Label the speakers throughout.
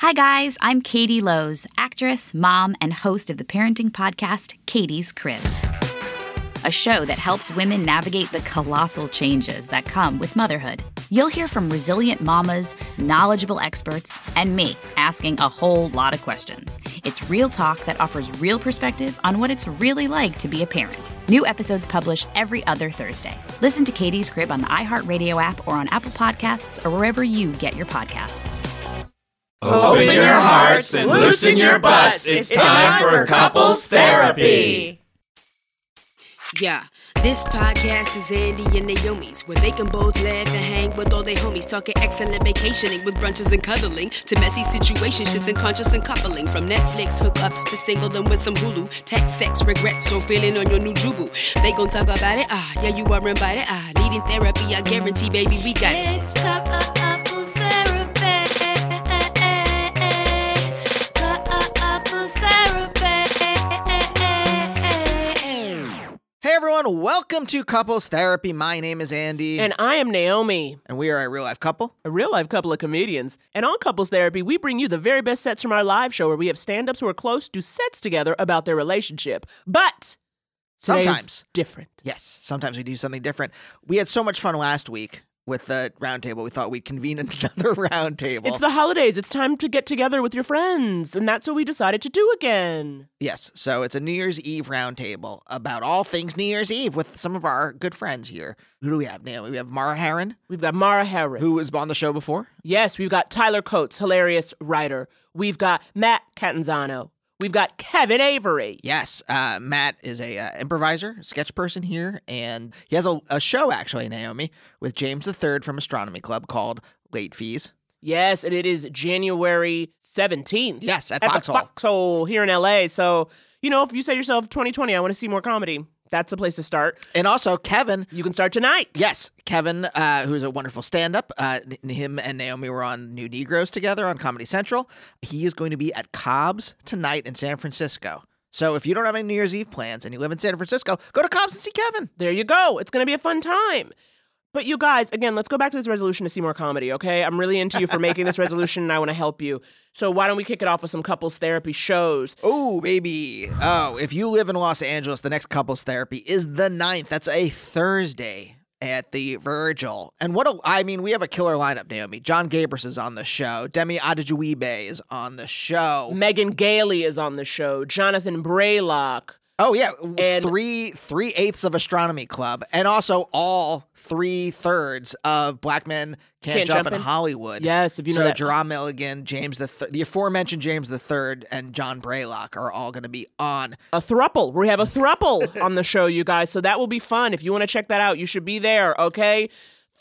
Speaker 1: Hi, guys. I'm Katie Lowe's, actress, mom, and host of the parenting podcast, Katie's Crib, a show that helps women navigate the colossal changes that come with motherhood. You'll hear from resilient mamas, knowledgeable experts, and me asking a whole lot of questions. It's real talk that offers real perspective on what it's really like to be a parent. New episodes published every other Thursday. Listen to Katie's Crib on the iHeartRadio app or on Apple Podcasts or wherever you get your podcasts.
Speaker 2: Open your hearts and loosen your butts. It's time for couples therapy.
Speaker 3: Yeah. This podcast is Andy and Naomi's, where they can both laugh and hang with all their homies, talking excellent vacationing with brunches and cuddling, to messy situationships and conscious and coupling, from Netflix hookups to singledom with some Hulu, text sex regrets or feeling on your new jubu. They gon' talk about it, ah, yeah, you are invited, ah, needing therapy, I guarantee, baby, we got it.
Speaker 4: It's couples therapy. Couples therapy.
Speaker 5: Hey everyone, welcome to Couples Therapy. My name is Andy,
Speaker 6: And I am Naomi,
Speaker 5: and we are a real life couple.
Speaker 6: a real life couple of comedians. And on Couples Therapy, we bring you the very best sets from our live show where we have stand ups who are close to sets together about their relationship. But today's
Speaker 5: Sometimes.
Speaker 6: different.
Speaker 5: Yes, sometimes we do something different. We had so much fun last week with the roundtable. We thought we'd convene another roundtable.
Speaker 6: It's the holidays. It's time to get together with your friends. And that's what we decided to do again.
Speaker 5: yes, so it's a New Year's Eve roundtable about all things New Year's Eve with some of our good friends here. Who do we have now? We have Mara Harron,
Speaker 6: We've got Mara Harris.
Speaker 5: who was on the show before.
Speaker 6: Yes, we've got Tyler Coates, hilarious writer. We've got Matt Catanzano. We've got Kevin Avery.
Speaker 5: Yes, uh, Matt is a uh, improviser, sketch person here, and he has a, a show actually, Naomi, with James III from Astronomy Club called Late Fees.
Speaker 6: Yes, and it is January 17th.
Speaker 5: Yes, at Foxhole.
Speaker 6: the Foxhole here in LA. So, you know, if you say to yourself 2020, I want to see more comedy, that's a place to start.
Speaker 5: And also Kevin
Speaker 6: You can start tonight.
Speaker 5: Yes, Kevin, uh, who's a wonderful stand-up. Uh, n- him and Naomi were on New Negroes together on Comedy Central. He is going to be at Cobb's tonight in San Francisco. So if you don't have any New Year's Eve plans and you live in San Francisco, go to Cobb's and see Kevin.
Speaker 6: There you go. It's going to be a fun time. But you guys, again, let's go back to this resolution to see more comedy, okay? I'm really into you for making this resolution and I want to help you. So, why don't we kick it off with some couples therapy shows?
Speaker 5: Oh, baby. Oh, if you live in Los Angeles, the next couples therapy is the 9th. That's a Thursday at the Virgil. And what a, I mean, we have a killer lineup, Naomi. John Gabris is on the show. Demi Adejuibe is on the show.
Speaker 6: Megan Gailey is on the show, Jonathan Braylock.
Speaker 5: Oh yeah,
Speaker 6: And-
Speaker 5: three three eighths of astronomy club, and also all three thirds of black men can't,
Speaker 6: Can't
Speaker 5: jump,
Speaker 6: Jump
Speaker 5: in,
Speaker 6: In-
Speaker 5: Hollywood.
Speaker 6: Yes, if you know
Speaker 5: so
Speaker 6: that-
Speaker 5: Jerome Milligan, James the th- the aforementioned James the third, and John Braylock are all going to be on.
Speaker 6: a thruple. We have a thruple on the show, you guys. So that will be fun. If you want to check that out, you should be there, okay?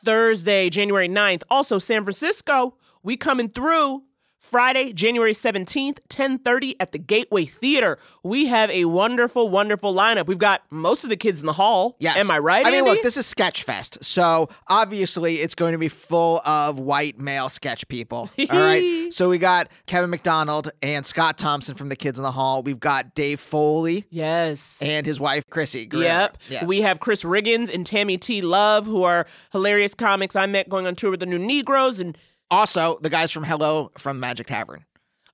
Speaker 6: Thursday, January 9th. Also, San Francisco, we coming through. Friday, January 17th, 10:30 at the Gateway Theater. We have a wonderful, wonderful lineup. We've got most of the kids in the hall.
Speaker 5: Yes,
Speaker 6: Am I right?
Speaker 5: I mean,
Speaker 6: Andy?
Speaker 5: look, this is Sketchfest, so obviously it's going to be full of white male sketch people. all right, so we got Kevin McDonald and Scott Thompson from the Kids in the Hall. We've got Dave Foley
Speaker 6: Yes.
Speaker 5: and his wife Chrissy. Greer.
Speaker 6: Yep.
Speaker 5: Yeah.
Speaker 6: We have Chris Riggins and Tammy T. Love, who are hilarious comics I met going on tour with the New Negroes. And
Speaker 5: Also, the guys from Hello from Magic Tavern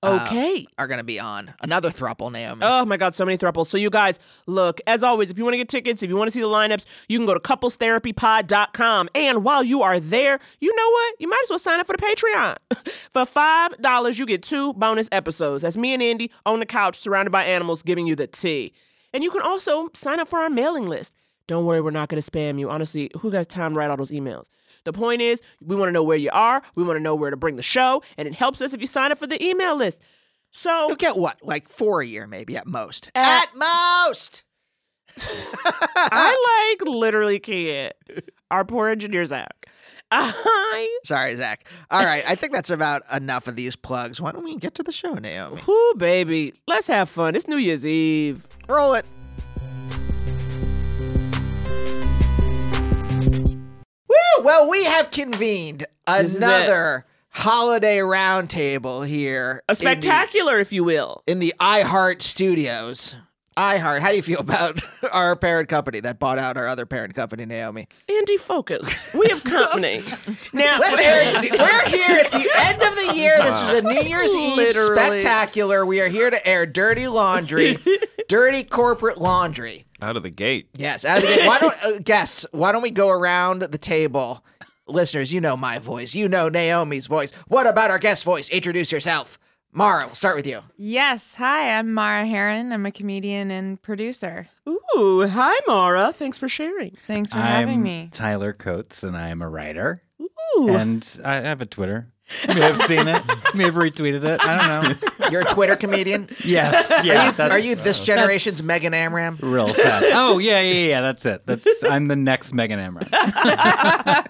Speaker 5: uh,
Speaker 6: okay,
Speaker 5: are going to be on another thruple, Naomi.
Speaker 6: Oh my God, so many thruples. So, you guys, look, as always, if you want to get tickets, if you want to see the lineups, you can go to couplestherapypod.com. And while you are there, you know what? You might as well sign up for the Patreon. for $5, you get two bonus episodes. That's me and Andy on the couch, surrounded by animals, giving you the tea. And you can also sign up for our mailing list. Don't worry, we're not going to spam you. Honestly, who got time to write all those emails? The point is, we want to know where you are. We want to know where to bring the show. And it helps us if you sign up for the email list. So,
Speaker 5: You'll get what? Like four a year, maybe at most.
Speaker 6: At-
Speaker 5: At, most.
Speaker 6: I like literally can't. Our poor engineer Zach. I
Speaker 5: Sorry, Zach. All right. I think that's about enough of these plugs. Why don't we get to the show, Naomi?
Speaker 6: who baby. Let's have fun. It's New Year's Eve.
Speaker 5: Roll it. Woo! Well, we have convened
Speaker 6: is it.
Speaker 5: another holiday roundtable here.
Speaker 6: A
Speaker 5: in the-
Speaker 6: spectacular, if you will.
Speaker 5: in the iHeart studios. iHeart, how do you feel about our parent company that bought out our other parent company, Naomi?
Speaker 6: Andy, focus. We have company. now,
Speaker 5: Let's air it. We're here. It's the end of the year. This is a New Year's Eve
Speaker 6: Literally.
Speaker 5: spectacular. We are here to air dirty laundry, dirty corporate laundry.
Speaker 2: Out of the gate.
Speaker 5: Yes. Out of the gate. Why don't uh, guess? Why don't we go around the table, listeners? You know my voice. You know Naomi's voice. What about our guest voice? Introduce yourself, Mara. We'll start with you.
Speaker 7: Yes. Hi, I'm Mara Heron. I'm a comedian and producer.
Speaker 6: Ooh, hi, Mara. Thanks for sharing.
Speaker 7: Thanks for
Speaker 8: I'm
Speaker 7: having me.
Speaker 8: Tyler Coates, and I am a writer. And I I have a Twitter. You may have seen it. You may have retweeted it. I don't know.
Speaker 5: You're a Twitter comedian.
Speaker 8: Yes. Yeah. that's,
Speaker 5: Are you this generation's Megan Amram?
Speaker 8: real sad? Oh yeah, yeah, yeah. That's it. That's I'm the next Megan Amram.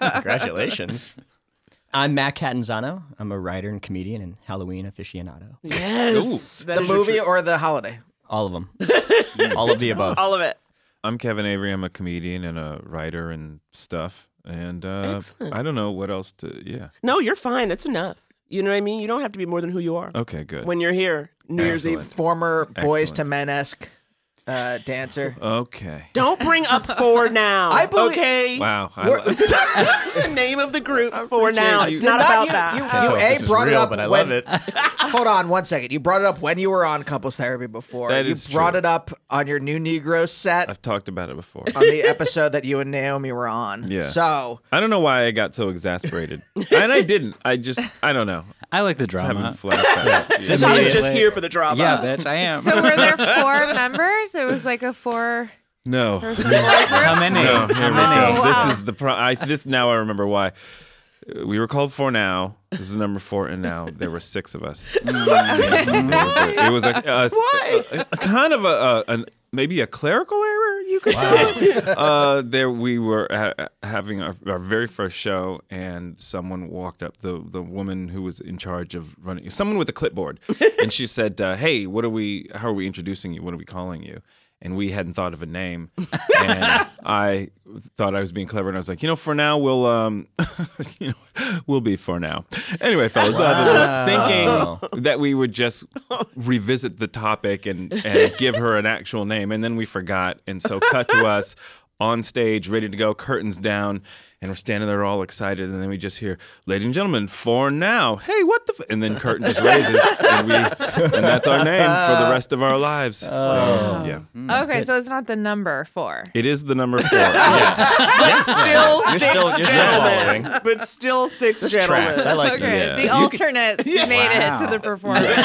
Speaker 2: Congratulations.
Speaker 9: I'm Matt Catanzano. I'm a writer and comedian and Halloween aficionado.
Speaker 6: Yes. that
Speaker 5: The
Speaker 6: is your
Speaker 5: movie
Speaker 6: truth.
Speaker 5: or the holiday?
Speaker 9: All of them. All of the above.
Speaker 6: All of it.
Speaker 2: I'm Kevin Avery. I'm a comedian and a writer and stuff. And uh,
Speaker 6: Excellent.
Speaker 2: I don't know what else to. Yeah.
Speaker 6: No, you're fine. That's enough. You know what I mean? You don't have to be more than who you are.
Speaker 2: Okay, good.
Speaker 6: When you're here, New Year's Eve.
Speaker 2: Excellent.
Speaker 5: Former boys
Speaker 2: Excellent.
Speaker 5: to men esque uh, dancer.
Speaker 2: okay.
Speaker 6: Don't bring up four now.
Speaker 5: I believe-
Speaker 6: Okay.
Speaker 2: Wow. I,
Speaker 5: We're-
Speaker 2: li-
Speaker 5: did not-
Speaker 6: the name of the group for now. It's
Speaker 5: did
Speaker 6: not, about
Speaker 5: you,
Speaker 6: that.
Speaker 5: You,
Speaker 9: I don't know
Speaker 5: you
Speaker 9: if
Speaker 5: a
Speaker 9: this is
Speaker 5: brought it
Speaker 9: real,
Speaker 5: up,
Speaker 9: but I
Speaker 5: when,
Speaker 9: love it.
Speaker 5: hold on one second. You brought it up when you were on couples therapy before.
Speaker 2: That
Speaker 5: you
Speaker 2: is
Speaker 5: brought
Speaker 2: true.
Speaker 5: it up on your new Negro set
Speaker 2: I've talked about it before.
Speaker 5: on the episode that you and Naomi were on.
Speaker 2: Yeah.
Speaker 5: So
Speaker 2: I don't know why I got so exasperated, and I didn't. I just I don't know.
Speaker 8: I like the
Speaker 2: Just having
Speaker 8: drama.
Speaker 6: This
Speaker 2: flashbacks. Yeah.
Speaker 6: is
Speaker 8: Immediately.
Speaker 6: just here for the drama.
Speaker 8: Yeah, bitch, I am.
Speaker 7: So were there four members? It was like a four.
Speaker 2: no.
Speaker 8: How many?
Speaker 2: No, here
Speaker 8: How
Speaker 2: we
Speaker 8: many?
Speaker 2: go.
Speaker 7: Oh, wow.
Speaker 2: This is the pro. I, this now I remember why. We were called four now. This is number four, and now there were six of us. it was a, it was a, a- a- a kind of a, a an, maybe a clerical error. You could. call it. Uh, there we were ha- having our, our very first show, and someone walked up the the woman who was in charge of running. Someone with a clipboard, and she said, uh, "Hey, what are we? How are we introducing you? What are we calling you?" and we hadn't thought of a name. And I thought I was being clever, and I was like, you know, for now we'll, um, you know, we'll be for now. Anyway, fellas, blah, blah, blah, thinking that we would just revisit the topic and and give her an actual name, and then we forgot, and so cut to us on stage, ready to go, curtains down. And we're standing there all excited, and then we just hear, "Ladies and gentlemen, for now, hey, what the?" F-? And then curtain just raises, and we, and that's our name for the rest of our lives. So
Speaker 8: Oh.
Speaker 2: yeah,
Speaker 9: Mm,
Speaker 7: okay, so it's not the number four.
Speaker 2: it is the number four. yes.
Speaker 6: Still
Speaker 9: You're
Speaker 6: six
Speaker 9: still- you're still
Speaker 6: gentlemen,
Speaker 9: following.
Speaker 6: but still six
Speaker 9: This
Speaker 6: gentlemen.
Speaker 9: tracks. I like
Speaker 7: Okay,
Speaker 9: this.
Speaker 7: the alternates made it to
Speaker 8: Wow.
Speaker 7: the performance.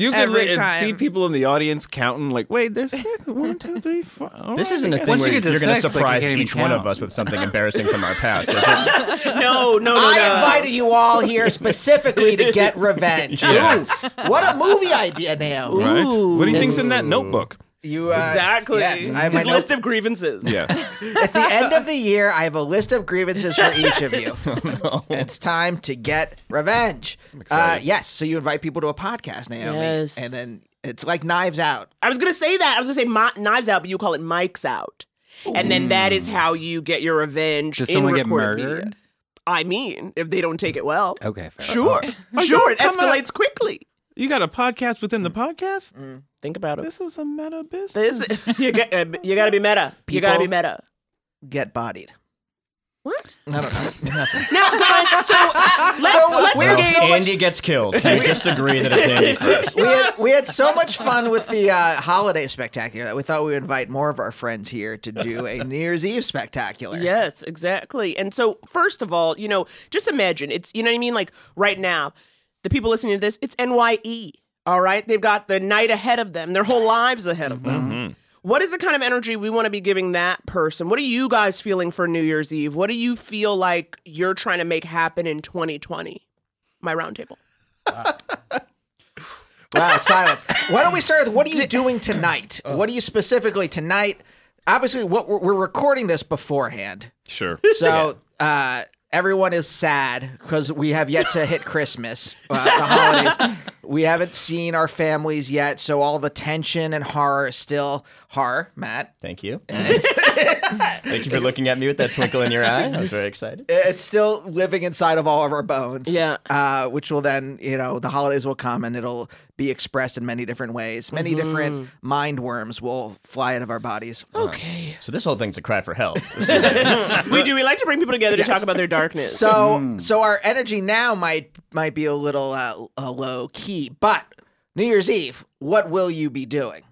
Speaker 2: You can
Speaker 7: Every
Speaker 2: li- and see
Speaker 7: time.
Speaker 2: people in the audience counting, like, wait, there's six, one, two, three, four. All
Speaker 9: This
Speaker 2: right,
Speaker 9: isn't a
Speaker 2: I
Speaker 9: thing
Speaker 8: Once
Speaker 9: where
Speaker 8: you
Speaker 9: you
Speaker 8: get to
Speaker 9: are going to
Speaker 8: six, like, you
Speaker 9: surprise
Speaker 8: can't even
Speaker 9: each one of
Speaker 8: count.
Speaker 9: us with something embarrassing from our past, is it?
Speaker 6: No, no, no, no.
Speaker 5: I invited you all here specifically to get revenge. Ooh, what a movie idea, Naomi.
Speaker 2: guess, Right? What do you think's in that notebook?
Speaker 5: You uh,
Speaker 6: exactly.
Speaker 5: Yes, I have
Speaker 6: His
Speaker 5: my note-
Speaker 6: list of grievances.
Speaker 2: Yeah.
Speaker 5: It's the end of the year. I have a list of grievances for each of you.
Speaker 6: Oh,
Speaker 5: It's time to get revenge. Uh, yes, so you invite people to a podcast, Naomi,
Speaker 6: Yes.
Speaker 5: and then it's like Knives Out.
Speaker 6: I was gonna say that. I was gonna say my, knives out, but you call it Mike's out. And then that is how you get your revenge.
Speaker 8: Does
Speaker 6: in
Speaker 8: someone get
Speaker 6: recorded media.
Speaker 8: murdered?
Speaker 6: I mean, if they don't take it well.
Speaker 8: Okay, fair.
Speaker 6: Sure. Sure. It escalates quickly.
Speaker 2: You got a podcast within
Speaker 8: Mm.
Speaker 2: the podcast?
Speaker 5: Mm.
Speaker 6: Think about it.
Speaker 2: This is a meta business.
Speaker 6: This, you, got, uh, you gotta be meta. You gotta be
Speaker 5: People-
Speaker 6: meta.
Speaker 5: Get bodied.
Speaker 6: What?
Speaker 5: I don't know.
Speaker 6: Now, guys, so uh, let's, let's
Speaker 5: we're
Speaker 6: engage.
Speaker 5: so much-
Speaker 9: Andy gets killed. Can we just agree that it's Andy first?
Speaker 5: we, had, we had so much fun with the uh, holiday spectacular that we thought we would invite more of our friends here to do a New Year's Eve spectacular.
Speaker 6: Yes, exactly. And so, first of all, you know, just imagine it's, you know what I mean? Like right now, the people listening to this, it's NYE, all right? They've got the night ahead of them, their whole lives ahead of them.
Speaker 9: Mm-hmm.
Speaker 6: What is the kind of energy we want to be giving that person? What are you guys feeling for New Year's Eve? What do you feel like you're trying to make happen in 2020? My roundtable.
Speaker 5: Wow, silence. Why don't we start with what are you doing tonight? What are you specifically tonight? Obviously, what we're, we're recording this beforehand.
Speaker 2: Sure.
Speaker 5: So uh, everyone is sad because we have yet to hit Christmas, uh, the holidays. We haven't seen our families yet, so all the tension and horror is still horror, Matt.
Speaker 9: Thank you. Thank you for looking at me with that twinkle in your eye. I was very excited.
Speaker 5: It's still living inside of all of our bones.
Speaker 6: Yeah.
Speaker 5: Uh, which will then, you know, the holidays will come and it'll be expressed in many different ways. Many
Speaker 6: Mm-hmm.
Speaker 5: different mind worms will fly out of our bodies.
Speaker 6: Okay.
Speaker 9: So this whole thing's a cry for help.
Speaker 6: We do. We like to bring people together to talk about their darkness.
Speaker 5: So, so our energy now might might be a little uh, uh, low key, but New Year's Eve, what will you be doing?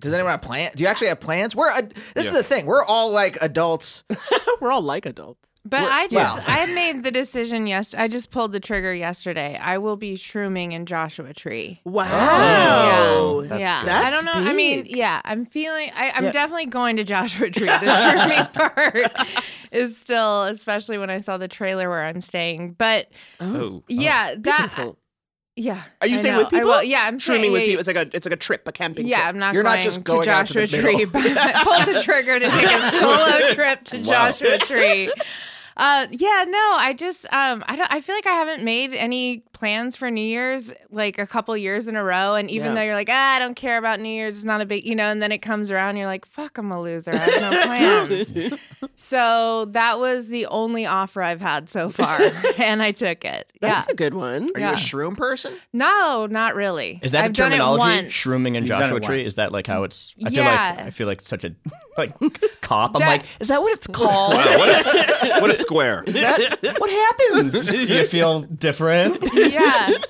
Speaker 5: Does anyone have plans? Do you actually have plans? We're uh, this is
Speaker 2: Yeah.
Speaker 5: the thing. We're all like adults.
Speaker 6: We're all like adults.
Speaker 7: But I just
Speaker 5: well-
Speaker 7: I made the decision yes I just pulled the trigger yesterday. I will be shrooming in Joshua Tree.
Speaker 6: Wow.
Speaker 7: yeah. Yeah.
Speaker 6: good.
Speaker 7: I don't know. I mean,
Speaker 6: That's big.
Speaker 7: yeah, I'm feeling I, I'm
Speaker 6: Yeah.
Speaker 7: definitely going to Joshua Tree. The shrooming part is still, especially when I saw the trailer where I'm staying. But
Speaker 2: Oh.
Speaker 7: yeah, that
Speaker 6: Beautiful.
Speaker 7: yeah.
Speaker 6: Are you
Speaker 7: I
Speaker 6: staying
Speaker 7: know.
Speaker 6: with people?
Speaker 7: I will- yeah, I'm
Speaker 6: Shrooming
Speaker 7: staying-
Speaker 6: with
Speaker 7: yeah,
Speaker 6: people. It's like a it's like a trip, a camping
Speaker 7: Yeah,
Speaker 6: trip.
Speaker 7: I'm not.
Speaker 5: You're
Speaker 7: going
Speaker 5: not just going
Speaker 7: to
Speaker 5: out to
Speaker 7: Joshua
Speaker 5: the
Speaker 7: Tree.
Speaker 5: middle.
Speaker 7: but- Pull the trigger to take a solo trip to Joshua Tree. Uh, yeah, no, I just um, I don't. I feel like I haven't made any plans for New Year's like a couple years in a row. And even
Speaker 6: Yeah.
Speaker 7: though you're like, ah, I don't care about New Year's, it's not a big, you know. And then it comes around, you're like, fuck, I'm a loser. I have no plans. so that was the only offer I've had so far, and I took it. Yeah.
Speaker 6: That's a good one.
Speaker 5: Are
Speaker 7: Yeah.
Speaker 5: you a shroom person?
Speaker 7: no, not really.
Speaker 9: Is that
Speaker 7: I've
Speaker 9: a
Speaker 7: done it
Speaker 9: terminology?
Speaker 7: once.
Speaker 9: Shrooming and
Speaker 8: You've done it
Speaker 9: Joshua Tree?
Speaker 8: once.
Speaker 9: Is that like how it's? I feel
Speaker 7: Yeah.
Speaker 9: like I feel like such a like cop. I'm
Speaker 7: That-
Speaker 9: like, is that what it's called?
Speaker 2: Wow, what a s- what a square.
Speaker 9: what happens? Do you feel different?
Speaker 7: yeah.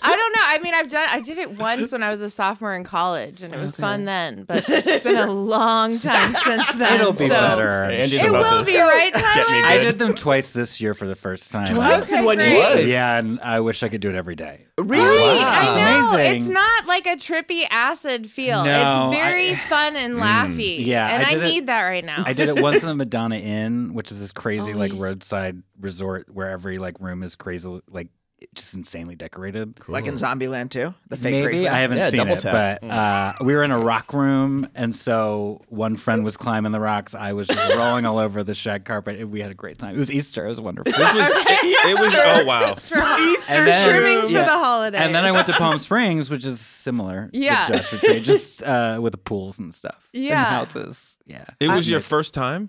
Speaker 7: I don't know. I mean, I've done I did it once when I was a sophomore in college and it was fun then, but it's been a long time since then.
Speaker 8: It'll be
Speaker 7: so-
Speaker 8: better. I'm
Speaker 9: Andy's
Speaker 7: It
Speaker 8: sure.
Speaker 9: about
Speaker 7: will
Speaker 9: to
Speaker 7: be, right,
Speaker 9: Get me
Speaker 7: Tyler?
Speaker 8: I
Speaker 9: good.
Speaker 8: did them twice this year for the first time.
Speaker 6: Twice in
Speaker 7: Okay,
Speaker 6: one
Speaker 7: great.
Speaker 6: year.
Speaker 8: Yeah, and I wish I could do it every day.
Speaker 6: Really?
Speaker 7: I know.
Speaker 8: amazing.
Speaker 7: It's not like a trippy acid feel.
Speaker 8: No,
Speaker 7: it's very
Speaker 8: I- Hmm.
Speaker 7: fun and laughy.
Speaker 8: Mm, yeah,
Speaker 7: And
Speaker 8: I
Speaker 7: I,
Speaker 8: did it-
Speaker 7: need that right now. Oh.
Speaker 8: I did it once in the Madonna Inn, which is this crazy like roadside resort where every like room is crazy like just insanely decorated.
Speaker 5: Like in Zombieland too? The fake
Speaker 8: Maybe
Speaker 5: Graceland?
Speaker 8: I haven't
Speaker 9: Yeah,
Speaker 8: seen
Speaker 9: double
Speaker 8: it,
Speaker 9: tap.
Speaker 8: but uh, we were in a rock room, and so one friend was climbing the rocks. I was just rolling all over the shag carpet. and We had a great time. It was Easter. It was wonderful.
Speaker 2: This was it was oh wow.
Speaker 7: It's for ho-
Speaker 8: and
Speaker 7: shroomings for the holidays.
Speaker 8: And then I went to Palm Springs, which is similar. to
Speaker 7: Yeah.
Speaker 8: Joshua Tree, just uh, with the pools and stuff. and
Speaker 7: Yeah.
Speaker 8: houses. Yeah.
Speaker 2: It was your first time?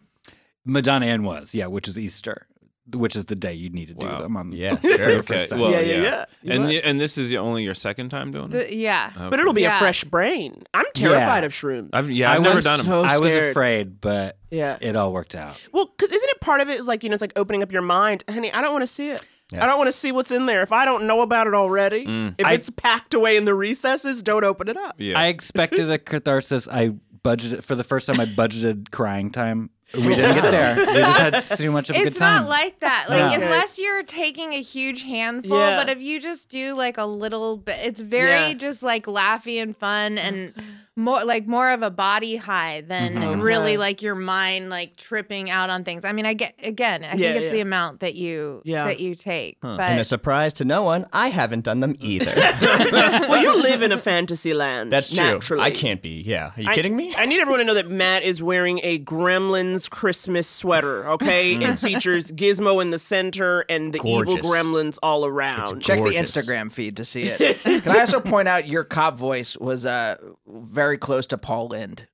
Speaker 8: Madonna Inn was yeah, which is Easter, which is the day you need to do
Speaker 2: Wow.
Speaker 8: them on.
Speaker 9: Yeah,
Speaker 8: for your
Speaker 9: sure.
Speaker 8: first time.
Speaker 2: Well,
Speaker 6: Yeah, yeah, yeah.
Speaker 2: And
Speaker 6: You
Speaker 2: the,
Speaker 6: must.
Speaker 2: and this is your- only your second time doing it.
Speaker 7: The- yeah.
Speaker 6: But it'll be a
Speaker 7: Yeah.
Speaker 6: fresh brain. I'm terrified of shrooms.
Speaker 2: I've yeah, I've
Speaker 8: I
Speaker 2: never
Speaker 8: was
Speaker 2: done them.
Speaker 6: so-
Speaker 8: I was
Speaker 6: scared.
Speaker 8: afraid, but
Speaker 6: Yeah.
Speaker 8: it all worked out.
Speaker 6: Well, because isn't it part of it is like, you know, it's like opening up your mind. Honey, I don't want to see it. I don't want to see what's in there. If I don't know about it already,
Speaker 9: Mm.
Speaker 6: if it's packed away in the recesses, don't open it up.
Speaker 2: yeah.
Speaker 8: I expected a catharsis. I budgeted for the first time. I budgeted crying time. We didn't get there. We just had too much of a
Speaker 7: It's
Speaker 8: good time.
Speaker 7: not like that. Like
Speaker 8: Yeah.
Speaker 7: unless you're taking a huge handful,
Speaker 6: Yeah.
Speaker 7: but if you just do like a little bit, it's very
Speaker 6: Yeah.
Speaker 7: just like laughy and fun and more like more of a body high than
Speaker 8: Mm-hmm.
Speaker 7: really like your mind like tripping out on things. I mean, I get again,
Speaker 6: Yeah,
Speaker 7: I think it's
Speaker 6: yeah.
Speaker 7: the amount that you
Speaker 6: Yeah.
Speaker 7: that you take.
Speaker 9: And a
Speaker 7: But
Speaker 9: surprise to no one, I haven't done them either.
Speaker 6: well, you live in a fantasy land.
Speaker 9: That's true.
Speaker 6: naturally.
Speaker 9: I can't be. Yeah. Are you
Speaker 6: I-
Speaker 9: kidding me?
Speaker 6: I need everyone to know that Matt is wearing a Gremlins Christmas sweater, okay? it features Gizmo in the center and the
Speaker 9: Gorgeous.
Speaker 6: evil gremlins all around.
Speaker 5: Check
Speaker 9: Gorgeous.
Speaker 5: the Instagram feed to see it. Can I also point out your cop voice was uh, very close to Paul Lind.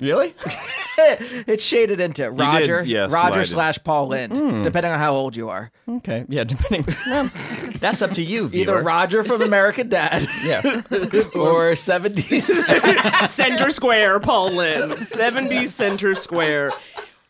Speaker 9: really?
Speaker 5: it's shaded into Roger,
Speaker 2: yeah, slide
Speaker 5: Roger
Speaker 2: it.
Speaker 5: slash Paul Lind, depending on how old you are.
Speaker 9: Hmm. Okay. Yeah. Depending. Well, that's up to you.
Speaker 5: Either
Speaker 9: viewer.
Speaker 5: Roger from American Dad
Speaker 9: Yeah.
Speaker 5: or 70s.
Speaker 6: center Square, Paul Lynn. 70s Center Square.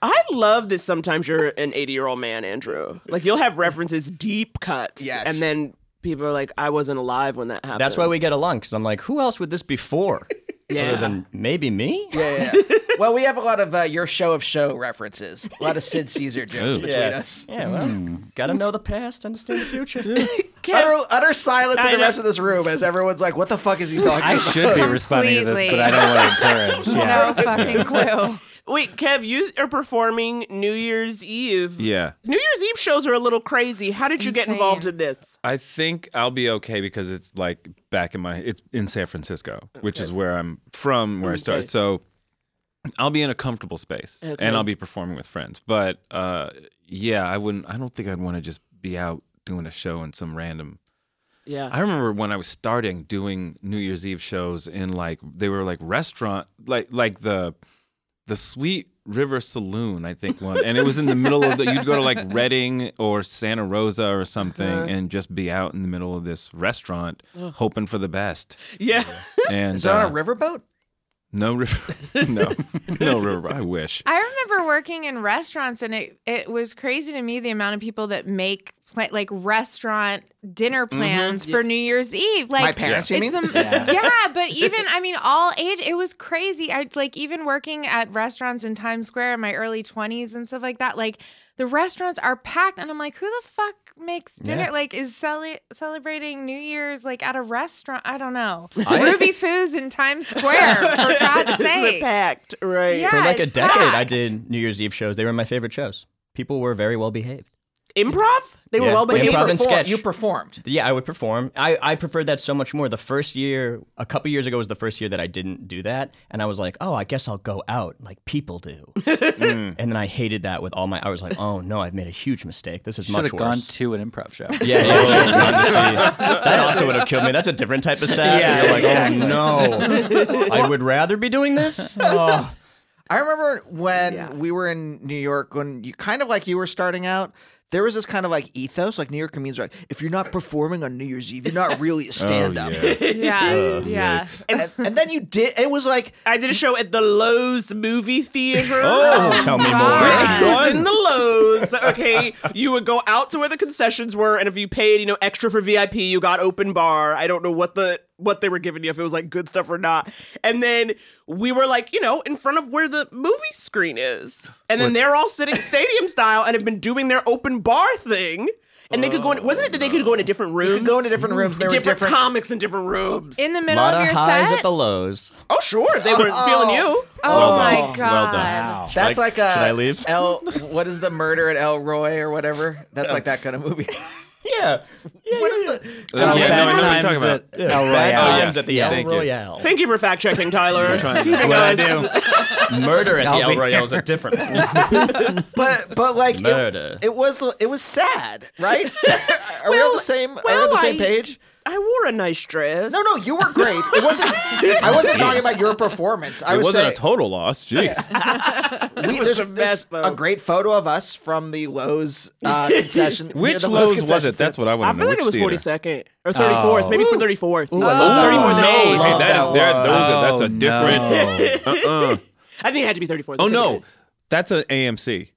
Speaker 6: I love this sometimes you're an 80 year old man, Andrew. Like, you'll have references, deep cuts.
Speaker 5: Yes.
Speaker 6: And then people are like, I wasn't alive when that happened.
Speaker 9: That's why we get along because I'm like, who else would this be for? Other
Speaker 6: Yeah.
Speaker 9: than maybe me?
Speaker 5: yeah, yeah. Well, we have a lot of uh, your show of show references, a lot of Sid Caesar
Speaker 9: Oh.
Speaker 5: jokes between us.
Speaker 9: Yeah. Well,
Speaker 7: Hmm.
Speaker 9: gotta know the past, understand the future.
Speaker 5: Utter, utter silence in
Speaker 6: I
Speaker 5: the
Speaker 6: know.
Speaker 5: rest of this room as everyone's like, what the fuck is he talking
Speaker 8: I
Speaker 5: about?
Speaker 8: should be responding to this, but I don't want to encourage. Yeah.
Speaker 7: no fucking clue.
Speaker 6: Wait, Kev, you are performing New Year's Eve.
Speaker 2: yeah.
Speaker 6: New Year's Eve shows are a little crazy. How did you get involved in this?
Speaker 2: I think I'll be okay because it's like back in my it's in San Francisco, which is where I'm from, where I started. So I'll be in a comfortable space and I'll be performing with friends. But uh yeah, I wouldn't I don't think I'd want to just be out doing a show in some random
Speaker 6: Yeah.
Speaker 2: I remember when I was starting doing New Year's Eve shows in like they were like restaurant like like the the Sweet River Saloon I think one and it was in the middle of the you'd go to like Reading or Santa Rosa or something
Speaker 6: Uh-huh.
Speaker 2: and just be out in the middle of this restaurant hoping for the best
Speaker 6: yeah.
Speaker 2: and
Speaker 5: Is that
Speaker 2: uh,
Speaker 5: on a riverboat?
Speaker 2: no river no no river I wish
Speaker 7: I remember working in restaurants, and it it was crazy to me the amount of people that make pla- like restaurant dinner plans for New Year's Eve. Like
Speaker 5: parents, you
Speaker 7: it's
Speaker 5: mean?
Speaker 7: the- yeah. but even I mean, all age, it was crazy. I like even working at restaurants in Times Square in my early twenties and stuff like that. Like the restaurants are packed, and I'm like, who the fuck makes dinner?
Speaker 9: Yeah.
Speaker 7: Like is cele- celebrating New Year's like at a restaurant? I don't know. Ruby Foos in Times Square for God's
Speaker 6: It's
Speaker 7: sake.
Speaker 6: packed, right?
Speaker 7: Yeah.
Speaker 9: For like a
Speaker 7: it's
Speaker 9: decade, I
Speaker 7: packed.
Speaker 9: did New Year's Eve shows. They were my favorite shows. People were very well behaved.
Speaker 6: Improv? They were
Speaker 9: Yeah.
Speaker 6: well
Speaker 9: Wait,
Speaker 5: you,
Speaker 6: behaved.
Speaker 9: improv and
Speaker 5: perform-
Speaker 9: sketch.
Speaker 5: you performed.
Speaker 9: Yeah, I would perform. I, I preferred that so much more. The first year, a couple years ago, was the first year that I didn't do that. And I was like, oh, I guess I'll go out like people do. Mm. And then I hated that with all my. I was like, oh no, I've made a huge mistake. This is
Speaker 8: Should
Speaker 9: much
Speaker 8: have
Speaker 9: worse.
Speaker 8: gone to an improv show.
Speaker 9: yeah, yeah, I should've gone to see. that also would have killed me. That's a different type of sad.
Speaker 8: Yeah,
Speaker 9: You're like, oh no, I would rather be doing this. Oh.
Speaker 5: I remember when we were in New York, when you kind of like you were starting out, there was this kind of like ethos, like New York comedians are like, if you're not performing on New Year's Eve, you're not
Speaker 8: Oh,
Speaker 5: really a stand up. Uh,
Speaker 7: Yeah, yeah.
Speaker 5: and, and then you did, and it was like,
Speaker 6: I did a show at the Lowe's movie theater.
Speaker 2: Oh,
Speaker 9: Tell me more.
Speaker 7: God.
Speaker 2: Which
Speaker 6: It was
Speaker 2: one?
Speaker 6: in the Lowe's. Okay, you would go out to where the concessions were, and if you paid, you know, extra for VIP, you got open bar. I don't know what the what they were giving you, if it was like good stuff or not. And then we were like, you know, in front of where the movie screen is, and then they're all sitting stadium style and have been doing their open bar thing. And they could go in. Wasn't it that they could go into different rooms?
Speaker 5: you could go into different rooms, there
Speaker 6: different,
Speaker 5: were different.
Speaker 6: comics in different rooms.
Speaker 7: In the middle
Speaker 9: lot
Speaker 7: of
Speaker 9: of
Speaker 7: your
Speaker 9: highs
Speaker 7: set?
Speaker 9: at the lows.
Speaker 6: oh, sure, they weren't feeling you.
Speaker 7: oh my
Speaker 2: done.
Speaker 7: god.
Speaker 2: Well done.
Speaker 5: that's like, a
Speaker 9: should I leave?
Speaker 5: El, what is the murder at El Roy or whatever? That's like that kind of movie.
Speaker 9: Yeah.
Speaker 5: what is the,
Speaker 2: Yeah, no, I know what you're
Speaker 8: Bad
Speaker 2: talking about.
Speaker 8: times at El Royale.
Speaker 2: Oh, yeah.
Speaker 9: Times at the El
Speaker 2: Thank you.
Speaker 9: Royale.
Speaker 6: Thank you for fact checking, Tyler.
Speaker 2: That's what I do.
Speaker 9: Murder at the El
Speaker 8: be-
Speaker 9: Royale is a different one.
Speaker 5: but but like
Speaker 9: Murder.
Speaker 5: it, it was it was sad, right? are we on the same? are we on
Speaker 6: well,
Speaker 5: the same
Speaker 6: I-
Speaker 5: page?
Speaker 6: I wore a nice dress.
Speaker 5: No, no, you were great. It wasn't. I wasn't talking about your performance. I
Speaker 2: It
Speaker 5: was
Speaker 2: wasn't
Speaker 5: saying
Speaker 2: a total loss. Jeez.
Speaker 5: we, there's,
Speaker 6: the
Speaker 5: there's
Speaker 6: best, though.
Speaker 5: a great photo of us from the Lowe's uh, concession. near
Speaker 2: Which
Speaker 5: the
Speaker 2: Lowe's was
Speaker 5: concession
Speaker 2: it? That's what I
Speaker 6: I
Speaker 2: want to
Speaker 6: feel
Speaker 2: know.
Speaker 6: like
Speaker 2: Which
Speaker 6: it was
Speaker 2: theater?
Speaker 6: forty second or thirty fourth, maybe
Speaker 5: Oh.
Speaker 6: for Uh, thirty fourth.
Speaker 2: Oh, no. Hey, that
Speaker 8: Love that
Speaker 2: is there, those are,
Speaker 5: Oh,
Speaker 2: that's a
Speaker 8: one.
Speaker 2: different. uh-uh.
Speaker 6: I think it had to be thirty fourth.
Speaker 2: Oh no, that's an AMC.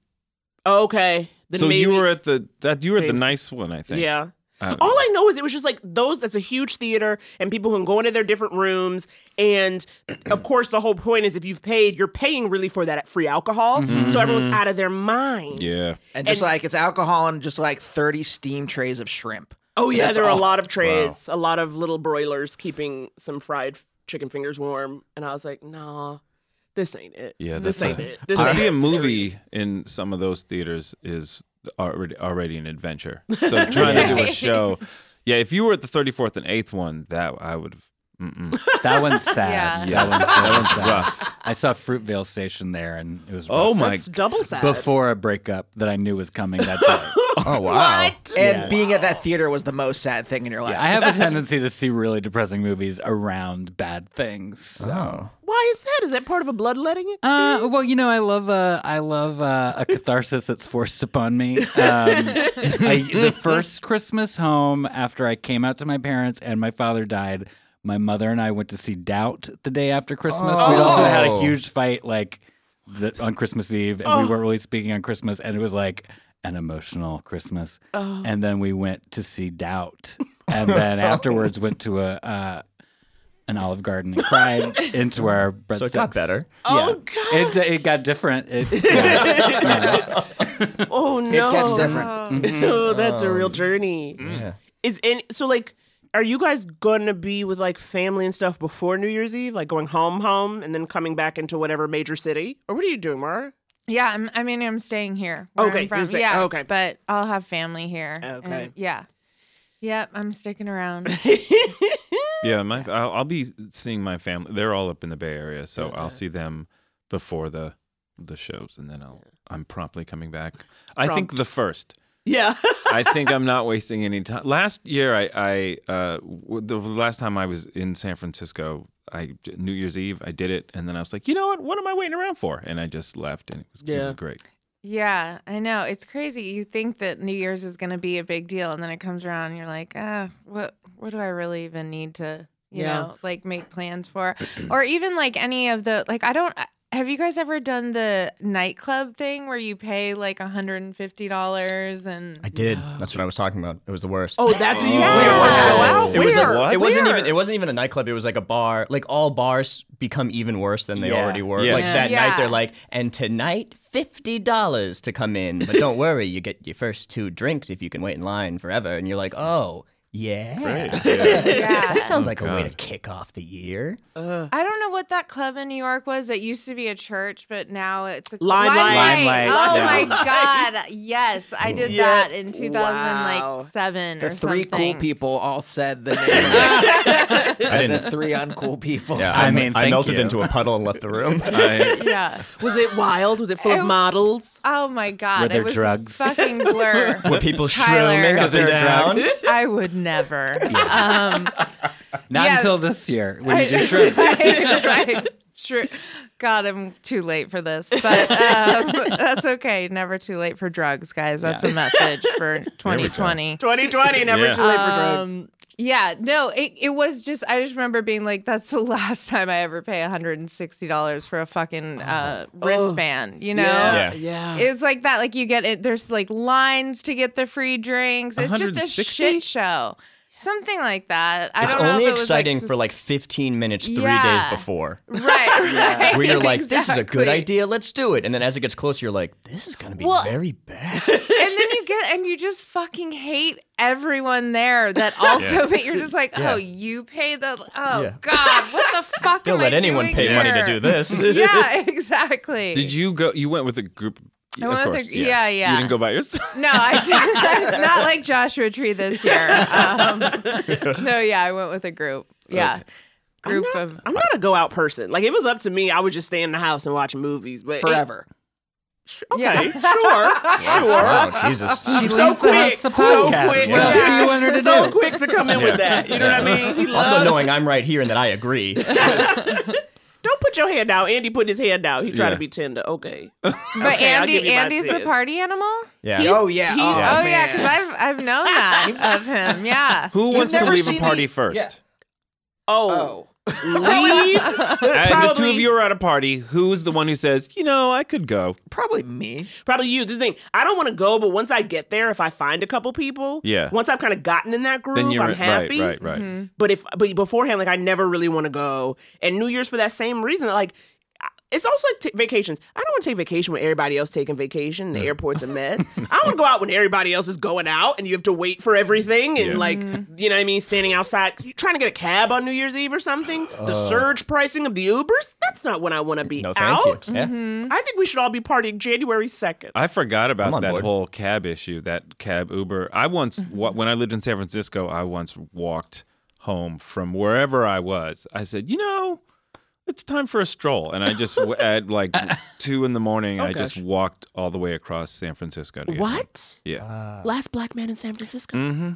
Speaker 6: Oh, Okay. Then
Speaker 2: so you
Speaker 6: maybe-
Speaker 2: were at the that you were at the
Speaker 6: Maybe.
Speaker 2: nice one, I think.
Speaker 6: Yeah.
Speaker 2: I don't
Speaker 6: All I know is it was just like those. That's a huge theater, and people can go into their different rooms. And of course, the whole point is if you've paid, you're paying really for that free alcohol. So everyone's out of their mind.
Speaker 2: Yeah.
Speaker 5: And just like it's alcohol and just like thirty steam trays of shrimp.
Speaker 6: Oh yeah,
Speaker 5: That's
Speaker 6: there were
Speaker 5: all.
Speaker 6: a lot of trays, a lot of little broilers keeping some fried f- chicken fingers warm, and I was like, nah, this ain't it.
Speaker 2: Yeah,
Speaker 6: this
Speaker 2: that's
Speaker 6: ain't
Speaker 2: a-
Speaker 6: it. This
Speaker 2: To
Speaker 6: ain't
Speaker 2: see
Speaker 6: it.
Speaker 2: a movie in some of those theaters is already already an adventure. So trying to do a show. Yeah, if you were at the 34th and 8th one, that I would have
Speaker 8: That one's sad.
Speaker 7: Yeah.
Speaker 2: Yeah.
Speaker 8: That one's, that one's sad.
Speaker 2: rough.
Speaker 8: I saw Fruitvale Station there, and it was rough.
Speaker 2: Oh my
Speaker 6: It's double sad.
Speaker 8: before a breakup that I knew was coming that day.
Speaker 9: Oh wow.
Speaker 5: And being at that theater was the most sad thing in your life.
Speaker 8: I have a tendency to see really depressing movies around bad things. So.
Speaker 6: Why is that? Is that part of a bloodletting?
Speaker 8: Uh, well, you know, I love a, I love uh a catharsis that's forced upon me. Um, I, the first Christmas home after I came out to my parents and my father died, my mother and I went to see Doubt the day after Christmas. We also had
Speaker 9: Oh.
Speaker 8: a huge fight like the, on Christmas Eve, and we weren't really speaking on Christmas, and it was like an emotional Christmas. And then we went to see Doubt, and then afterwards went to a. Uh, an Olive Garden and cried into our breadsticks.
Speaker 9: So it got better.
Speaker 8: Oh god! It, it got different. It, yeah.
Speaker 6: Oh no,
Speaker 5: gets different. Mm-hmm.
Speaker 6: oh, that's a real journey. Is and so like, are you guys gonna be with like family and stuff before New Year's Eve, like going home, home, and then coming back into whatever major city, or what are you doing, Mara?
Speaker 7: Yeah, I'm, I mean, I'm staying here. where
Speaker 6: Okay,
Speaker 7: I'm from.
Speaker 6: you're staying-
Speaker 7: yeah,
Speaker 6: okay.
Speaker 7: But I'll have family here.
Speaker 6: Okay.
Speaker 7: and- yeah. Yep, I'm sticking around.
Speaker 2: Yeah, my I'll, I'll be seeing my family. They're all up in the Bay Area, so I'll see them before the the shows, and then I'll I'm promptly coming back. I think the first.
Speaker 6: Yeah.
Speaker 2: I think I'm not wasting any time. Last year, I, I uh, w- the last time I was in San Francisco, I New Year's Eve, I did it, and then I was like, you know what? What am I waiting around for? And I just left, and it was, it
Speaker 6: Yeah.
Speaker 2: was great.
Speaker 7: Yeah, I know. It's crazy. You think that New Year's is going to be a big deal and then it comes around and you're like, "Ah, what what do I really even need to, you
Speaker 6: Yeah.
Speaker 7: know, like make plans for?" or even like any of the like I don't have you guys ever done the nightclub thing where you pay like $150 and
Speaker 9: I did. That's what I was talking about. It was the worst.
Speaker 6: Oh, that's what you
Speaker 7: Yeah.
Speaker 6: where you first go
Speaker 7: Yeah.
Speaker 6: out.
Speaker 9: It was like
Speaker 6: Where?
Speaker 9: it wasn't
Speaker 6: Where?
Speaker 9: even it wasn't even a nightclub. It was like a bar. Like all bars become even worse than they
Speaker 8: Yeah.
Speaker 9: already were.
Speaker 2: Yeah.
Speaker 9: Like that
Speaker 7: Yeah.
Speaker 9: night they're like, and tonight fifty dollars to come in, but don't worry, you get your first two drinks if you can wait in line forever. And you're like, oh yeah,
Speaker 7: yeah.
Speaker 9: that sounds
Speaker 8: Oh,
Speaker 9: like a way to kick off the year.
Speaker 6: Uh,
Speaker 7: I don't know what that club in New York was that used to be a church, but now it's a
Speaker 6: Limelight.
Speaker 8: Limelight,
Speaker 7: Oh
Speaker 8: yeah.
Speaker 7: my God! Yes, I did
Speaker 6: Yeah.
Speaker 7: that in
Speaker 6: Wow.
Speaker 7: 2007
Speaker 5: The
Speaker 7: or
Speaker 5: three
Speaker 7: something.
Speaker 5: cool people all said the name
Speaker 9: I
Speaker 5: of the
Speaker 9: didn't.
Speaker 5: three uncool people.
Speaker 8: I mean,
Speaker 9: I
Speaker 8: thank
Speaker 9: melted
Speaker 8: you.
Speaker 9: into a puddle and left the room.
Speaker 2: I,
Speaker 7: Yeah.
Speaker 6: Was it wild? Was it full of models?
Speaker 7: Oh my god,
Speaker 8: Were
Speaker 7: it
Speaker 8: there
Speaker 7: was
Speaker 8: drugs?
Speaker 7: fucking blur.
Speaker 9: Were people
Speaker 7: Tyler.
Speaker 9: shrooming
Speaker 7: Because
Speaker 9: up and
Speaker 8: they're
Speaker 9: down?
Speaker 7: I would never. Um,
Speaker 8: Not
Speaker 7: Yeah.
Speaker 8: until this year when you do shrooms.
Speaker 7: right, right. True. God, I'm too late for this, but um, that's okay. Never too late for drugs, guys. That's a message for 2020.
Speaker 6: 2020, never
Speaker 2: Yeah.
Speaker 6: too late for drugs.
Speaker 7: Um, Yeah, no, it, it was just I just remember being like, that's the last time I ever pay $160 for a fucking uh, wristband, you know?
Speaker 6: Yeah.
Speaker 9: Oh. Yeah.
Speaker 6: Yeah.
Speaker 7: It's like that, like you get it. There's like lines to get the free drinks. It's just a
Speaker 2: 160?
Speaker 7: shit show, something like that. I
Speaker 9: It's
Speaker 7: don't know
Speaker 9: only
Speaker 7: if it was, like,
Speaker 9: exciting for
Speaker 7: spec-
Speaker 9: like 15 minutes three
Speaker 7: Yeah.
Speaker 9: days before.
Speaker 7: right, right,
Speaker 9: where you're like, this is a good
Speaker 7: exactly.
Speaker 9: idea, let's do it. And then as it gets closer, you're like, this is going to be
Speaker 7: Well-
Speaker 9: very bad.
Speaker 7: and then you get and you just fucking hate everyone there that also but you're just like
Speaker 9: Yeah.
Speaker 7: oh you pay the oh
Speaker 9: Yeah.
Speaker 7: god what the fuck
Speaker 9: Don't
Speaker 7: am
Speaker 9: let
Speaker 7: I
Speaker 9: anyone
Speaker 7: doing
Speaker 9: pay
Speaker 7: here?
Speaker 9: money to do this.
Speaker 7: yeah exactly
Speaker 2: did you go? You went with a group.
Speaker 7: I
Speaker 2: of
Speaker 7: went with a-
Speaker 2: course,
Speaker 7: yeah, yeah.
Speaker 2: You didn't go by yourself.
Speaker 7: no I did not like Joshua Tree this year um, no yeah I went with a group yeah group of
Speaker 6: I'm not a go out person. Like, if it was up to me, I would just stay in the house and watch movies. But
Speaker 5: Forever.
Speaker 6: Okay, sure.
Speaker 9: Oh, Jesus.
Speaker 8: She
Speaker 6: uh-huh. So
Speaker 8: leaves the
Speaker 6: quick,
Speaker 8: house to
Speaker 6: so
Speaker 8: podcast.
Speaker 6: quick.
Speaker 8: What else do you want her to
Speaker 6: so
Speaker 8: do?
Speaker 6: quick to come in with that. You know what I mean? He loves,
Speaker 9: Also, knowing I'm right here and that I agree.
Speaker 5: Oh,
Speaker 6: Don't put your hand out. Andy put his hand out. He tried
Speaker 2: Yeah.
Speaker 6: to be tender. Okay.
Speaker 7: but
Speaker 6: Okay, I'll give
Speaker 7: Andy
Speaker 6: you my
Speaker 7: Andy's the
Speaker 6: tip.
Speaker 7: party animal
Speaker 9: Yeah.
Speaker 5: oh yeah. oh
Speaker 7: oh yeah
Speaker 5: man.
Speaker 7: because I've I've known that of him yeah
Speaker 2: Who wants to
Speaker 5: never
Speaker 2: leave a
Speaker 5: seen
Speaker 2: party
Speaker 5: me-
Speaker 2: first?
Speaker 5: Yeah.
Speaker 6: Oh,
Speaker 5: Oh.
Speaker 6: leave.
Speaker 2: And the two of
Speaker 6: Probably-
Speaker 2: you are at a party. Who's the one who says, you know, I could go?
Speaker 5: Probably me.
Speaker 6: Probably you. The thing I don't want to go, but once I get there, if I find a couple people,
Speaker 2: Yeah.
Speaker 6: Once I've kind of gotten in that groove,
Speaker 2: Then you're
Speaker 6: I'm
Speaker 2: right,
Speaker 6: happy.
Speaker 2: right, right.
Speaker 6: But if but beforehand, like I never really want to go. And New Year's for that same reason, like. I- It's also like t- vacations. I don't want to take vacation when everybody else taking vacation. and The airport's a mess. I want to go out when everybody else is going out, and you have to wait for everything, and
Speaker 2: Yeah.
Speaker 6: like you know what I mean, standing outside, you trying to get a cab on New Year's Eve or something. the
Speaker 2: Uh.
Speaker 6: surge pricing of the Ubers. That's not when I want to be
Speaker 9: No, thank
Speaker 6: out.
Speaker 9: you. Yeah.
Speaker 6: I think we should all be partying January 2nd.
Speaker 2: I forgot
Speaker 9: I'm
Speaker 2: about
Speaker 9: on
Speaker 2: that
Speaker 9: board.
Speaker 2: whole cab issue, that cab Uber. I once,
Speaker 6: Mm-hmm.
Speaker 2: wa- when I lived in San Francisco, I once walked home from wherever I was. I said, you know, it's time for a stroll. And I just, w- at like two in the
Speaker 6: Oh,
Speaker 2: morning, I just walked all the way across San Francisco. To get home.
Speaker 6: What?
Speaker 2: Yeah.
Speaker 6: Uh. Last black man in San Francisco? Mm-hmm.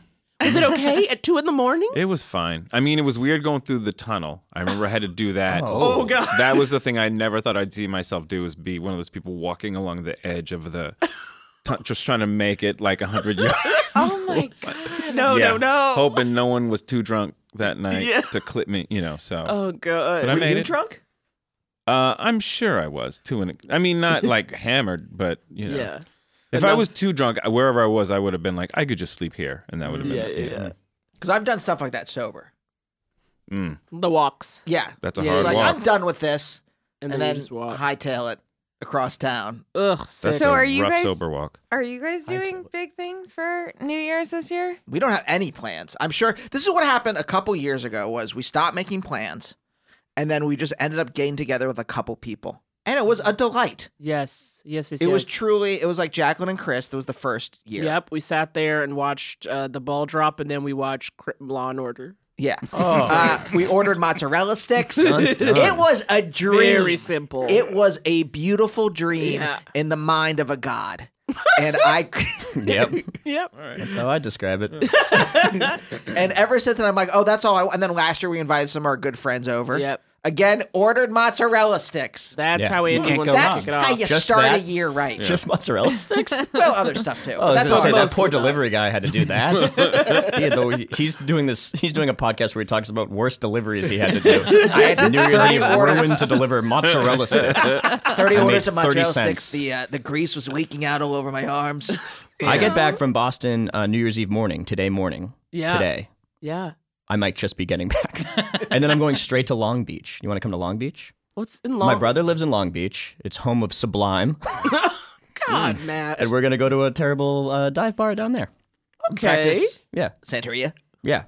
Speaker 6: Is it okay at two in the morning?
Speaker 2: It was fine. I mean, it was weird going through the tunnel. I remember I had to do that.
Speaker 9: Oh. Oh,
Speaker 6: God.
Speaker 2: That was the thing I never thought I'd see myself do is be one of those people walking along the edge of the tu- just trying to make it like 100 yards.
Speaker 7: oh my god
Speaker 6: No,
Speaker 2: Yeah.
Speaker 6: no, no.
Speaker 2: Hoping no one was too drunk that night
Speaker 6: Yeah.
Speaker 2: to clip me, you know, so
Speaker 6: Oh god.
Speaker 2: But I
Speaker 5: Were
Speaker 2: made
Speaker 5: you
Speaker 2: it.
Speaker 5: drunk?
Speaker 2: uh, I'm sure I was too an I mean not like hammered, but you know.
Speaker 6: yeah.
Speaker 2: If I was too drunk wherever I was, I would have been like I could just sleep here and that would have been
Speaker 6: Yeah,
Speaker 2: it.
Speaker 6: yeah.
Speaker 5: Because I've done stuff like that sober.
Speaker 2: Mm,
Speaker 6: The walks.
Speaker 5: Yeah.
Speaker 2: that's a
Speaker 6: Yeah.
Speaker 5: It's
Speaker 2: hard
Speaker 5: like
Speaker 2: walk.
Speaker 5: I'm done with this,
Speaker 6: And,
Speaker 5: and,
Speaker 6: then,
Speaker 5: then
Speaker 6: you just walk.
Speaker 5: hightail it across town.
Speaker 6: Ugh,
Speaker 2: that's
Speaker 6: sick.
Speaker 7: So
Speaker 2: a
Speaker 7: are you
Speaker 2: rough
Speaker 7: guys-
Speaker 2: sober walk.
Speaker 7: are you guys doing big things for New Year's this year
Speaker 5: We don't have any plans. I'm sure this is what happened a couple years ago. Was we stopped making plans, and then we just ended up getting together with a couple people, and it was a delight.
Speaker 6: yes. Yes, yes,
Speaker 5: It was
Speaker 6: yes.
Speaker 5: truly. It was like Jacqueline and Chris. That was the first year.
Speaker 6: Yep, we sat there and watched uh, the ball drop, and then we watched Cri- Law and Order.
Speaker 5: Yeah.
Speaker 9: Oh.
Speaker 5: Uh, we ordered mozzarella sticks.
Speaker 9: Dun, dun.
Speaker 5: It was a dream.
Speaker 6: Very simple.
Speaker 5: It was a beautiful dream
Speaker 6: Yeah.
Speaker 5: in the mind of a god. and I
Speaker 9: Yep.
Speaker 6: Yep.
Speaker 9: That's how I describe it.
Speaker 5: and ever since then I'm like, oh, that's all. I, and then last year we invited some of our good friends over.
Speaker 6: Yep.
Speaker 5: Again, ordered mozzarella sticks.
Speaker 6: That's
Speaker 9: Yeah.
Speaker 6: how
Speaker 8: You
Speaker 6: Andy
Speaker 8: can't
Speaker 6: wants
Speaker 8: go
Speaker 6: to
Speaker 8: wrong.
Speaker 5: That's
Speaker 6: kick it
Speaker 5: how
Speaker 6: off.
Speaker 5: you
Speaker 9: Just
Speaker 5: start a
Speaker 9: that?
Speaker 5: year right.
Speaker 9: Just mozzarella sticks?
Speaker 5: well, other stuff too.
Speaker 9: Oh,
Speaker 5: that's
Speaker 9: that's say,
Speaker 5: all.
Speaker 9: that poor delivery guy had to do that. he had the, he's doing this. He's doing a podcast where he talks about worst deliveries he had to do.
Speaker 5: I had to
Speaker 9: New Year's
Speaker 5: 30
Speaker 9: Eve
Speaker 5: orders.
Speaker 9: ruin to deliver mozzarella sticks.
Speaker 5: Thirty
Speaker 9: I made
Speaker 5: orders of
Speaker 9: 30
Speaker 5: mozzarella
Speaker 9: cents.
Speaker 5: sticks. The uh, the grease was leaking out all over my arms.
Speaker 9: I get back from Boston uh, New Year's Eve morning. Today morning.
Speaker 6: Yeah.
Speaker 9: Today.
Speaker 6: Yeah.
Speaker 9: I might just be getting back, and then I'm going straight to Long Beach. You want to come to Long Beach?
Speaker 6: What's in long?
Speaker 9: My brother lives in Long Beach. It's home of Sublime,
Speaker 6: God,
Speaker 9: Mm.
Speaker 6: Matt.
Speaker 9: and we're gonna go to a terrible uh, dive bar down there.
Speaker 6: Okay.
Speaker 5: Practice
Speaker 9: Yeah,
Speaker 5: Santeria.
Speaker 9: yeah.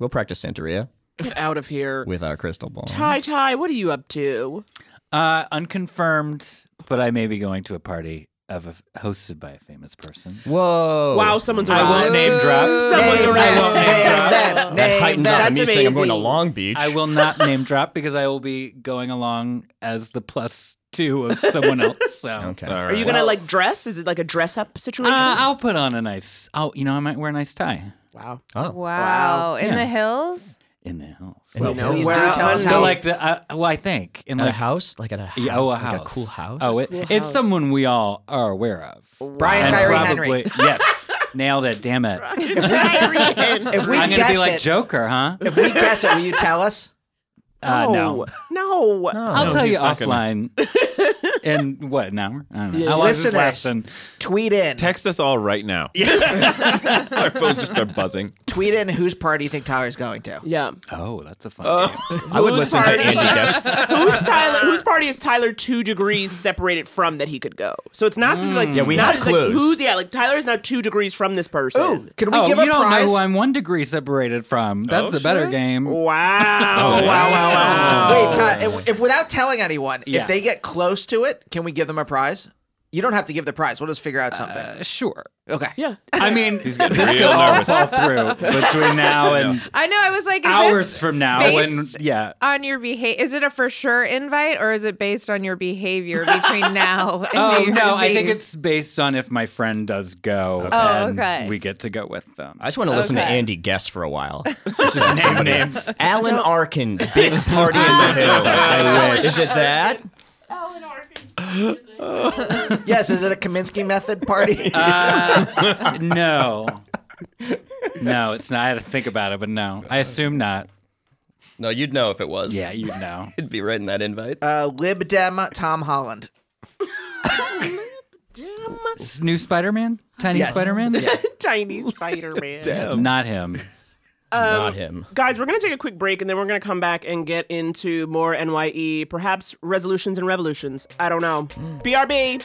Speaker 9: We'll practice Santeria
Speaker 6: Get out of here.
Speaker 9: with our crystal ball.
Speaker 6: Ty, Ty, what are you up to?
Speaker 8: Uh, unconfirmed, but I may be going to a party of a, hosted by a famous person.
Speaker 9: Whoa!
Speaker 6: Wow, someone's
Speaker 8: I
Speaker 6: arrived.
Speaker 8: won't name drop.
Speaker 6: Someone's
Speaker 5: Name
Speaker 6: arrived.
Speaker 5: them, name them,
Speaker 9: That
Speaker 5: name
Speaker 9: heightens
Speaker 5: them.
Speaker 9: up
Speaker 6: That's
Speaker 9: me saying I'm going to
Speaker 6: amazing.
Speaker 9: Long Beach.
Speaker 8: I will not name drop because I will be going along as the plus two of someone else. So
Speaker 9: Okay.
Speaker 2: All
Speaker 6: Are you
Speaker 2: right.
Speaker 6: gonna like dress? Is it like a dress up situation?
Speaker 8: Uh, I'll put on a nice. Oh, you know, I might wear a nice tie
Speaker 6: wow.
Speaker 9: Oh.
Speaker 7: Wow. In
Speaker 8: Yeah.
Speaker 7: the hills?
Speaker 8: in the house.
Speaker 9: Well,
Speaker 6: know,
Speaker 5: Please do
Speaker 6: wow.
Speaker 5: tell us
Speaker 8: So
Speaker 5: how.
Speaker 8: like the uh, well, I think in
Speaker 9: At a
Speaker 8: like
Speaker 9: house? Like at a
Speaker 8: yeah, oh, a
Speaker 9: like
Speaker 8: house,
Speaker 9: a cool house?
Speaker 8: Oh, it, it's someone we all are aware of.
Speaker 5: Brian
Speaker 8: And
Speaker 5: Tyree
Speaker 8: probably-
Speaker 5: Henry.
Speaker 8: yes, nailed it. Damn it!
Speaker 5: If we
Speaker 8: I'm gonna
Speaker 5: guess
Speaker 8: be like
Speaker 5: it,
Speaker 8: Joker, huh?
Speaker 5: if we guess it, will you tell us?
Speaker 8: Uh, no,
Speaker 6: no. No.
Speaker 8: I'll
Speaker 2: No,
Speaker 8: tell
Speaker 2: he's
Speaker 8: you
Speaker 2: not gonna.
Speaker 8: offline. in what an hour? I don't know. How long is this
Speaker 5: Listeners.
Speaker 8: lasting?
Speaker 5: Tweet in.
Speaker 2: Text us all right now. our phones just start buzzing.
Speaker 5: Tweet in whose party you think Tyler's going to.
Speaker 6: Yeah.
Speaker 8: Oh, that's a fun game.
Speaker 9: I would listen to
Speaker 6: party?
Speaker 9: Angie Guest.
Speaker 6: Who's Tyler? Whose party is Tyler two degrees separated from that he could go? So it's not specific. Like, yeah,
Speaker 9: Mm. we
Speaker 6: not,
Speaker 9: have
Speaker 6: it's like,
Speaker 9: clues.
Speaker 6: who's yeah? Like Tyler is now two degrees from this person.
Speaker 5: Ooh, can we
Speaker 8: Oh,
Speaker 5: give
Speaker 8: you
Speaker 5: a
Speaker 8: don't
Speaker 5: prize?
Speaker 8: know who I'm one degree separated from. That's
Speaker 2: Oh,
Speaker 8: the better
Speaker 2: sure. Oh,
Speaker 8: game. Oh.
Speaker 6: Wow. wow. Wow. Wow.
Speaker 9: Oh.
Speaker 5: Wait, Ty, if, if without telling anyone,
Speaker 8: Yeah.
Speaker 5: if they get close to it, can we give them a prize? You don't have to give the prize. We'll just figure out something.
Speaker 8: Sure.
Speaker 5: okay.
Speaker 6: Uh, Yeah.
Speaker 8: I mean,
Speaker 2: getting
Speaker 8: this
Speaker 2: real
Speaker 8: could all
Speaker 2: nervous.
Speaker 8: fall through between now and
Speaker 7: I know. I was like, is
Speaker 8: hours
Speaker 7: this
Speaker 8: from now. When
Speaker 7: based
Speaker 8: yeah,
Speaker 7: on your behavior? Is it a for sure invite or is it based on your behavior between now and
Speaker 8: Oh
Speaker 7: New Year's
Speaker 8: no, I think
Speaker 7: Eve?
Speaker 8: it's based on if my friend does go
Speaker 7: Oh,
Speaker 8: and
Speaker 7: okay.
Speaker 8: we get to go with them.
Speaker 9: I just want to listen to
Speaker 7: Okay.
Speaker 9: Andy Guest for a while.
Speaker 8: just name names.
Speaker 9: Alan Arkin's big party in the hills.
Speaker 8: I wish.
Speaker 9: Is it that?
Speaker 5: Yes, is it a Kaminsky method party?
Speaker 6: Uh,
Speaker 8: No. No, it's not. I had to think about it, but no. I assume not.
Speaker 9: No, you'd know if it was.
Speaker 8: Yeah, you know.
Speaker 9: it'd be right in that invite.
Speaker 5: uh, Lib Dem Tom Holland.
Speaker 8: S- New Spider Man? Tiny
Speaker 5: Yes.
Speaker 8: Spider Man?
Speaker 6: Tiny Spider Man.
Speaker 8: Not him.
Speaker 9: Not him.
Speaker 6: Guys, we're going to take a quick break and then we're going to come back and get into more NYE, perhaps resolutions and revolutions. I don't know.
Speaker 9: Mm.
Speaker 6: BRB.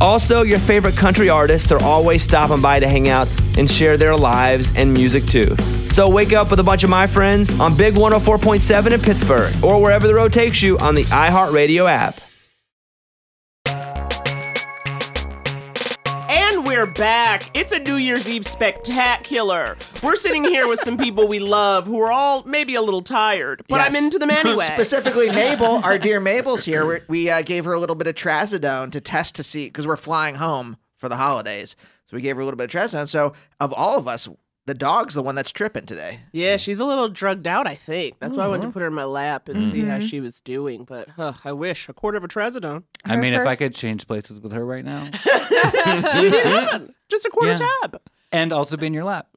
Speaker 10: Also, your favorite country artists are always stopping by to hang out and share their lives and music too. So wake up with a bunch of my friends on Big 104.7 in Pittsburgh or wherever the road takes you on the iHeartRadio app.
Speaker 6: And we're back. It's a New Year's Eve spectacular. We're sitting here with some people we love who are all maybe a little tired, but
Speaker 5: Yes.
Speaker 6: I'm into them anyway.
Speaker 5: Specifically, Mabel, our dear Mabel's here. We, we uh, gave her a little bit of trazodone to test to see because we're flying home for the holidays. So we gave her a little bit of trazodone. So of all of us, the dog's the one that's tripping today.
Speaker 6: yeah, she's a little drugged out, I think. That's why I wanted to put her in my lap and see how she was doing. But huh, I wish a quarter of a trazodone.
Speaker 8: I mean, if I
Speaker 7: first-
Speaker 8: could change places with her right now
Speaker 6: Just a quarter
Speaker 8: Yeah.
Speaker 6: tab.
Speaker 8: and also be in your lap,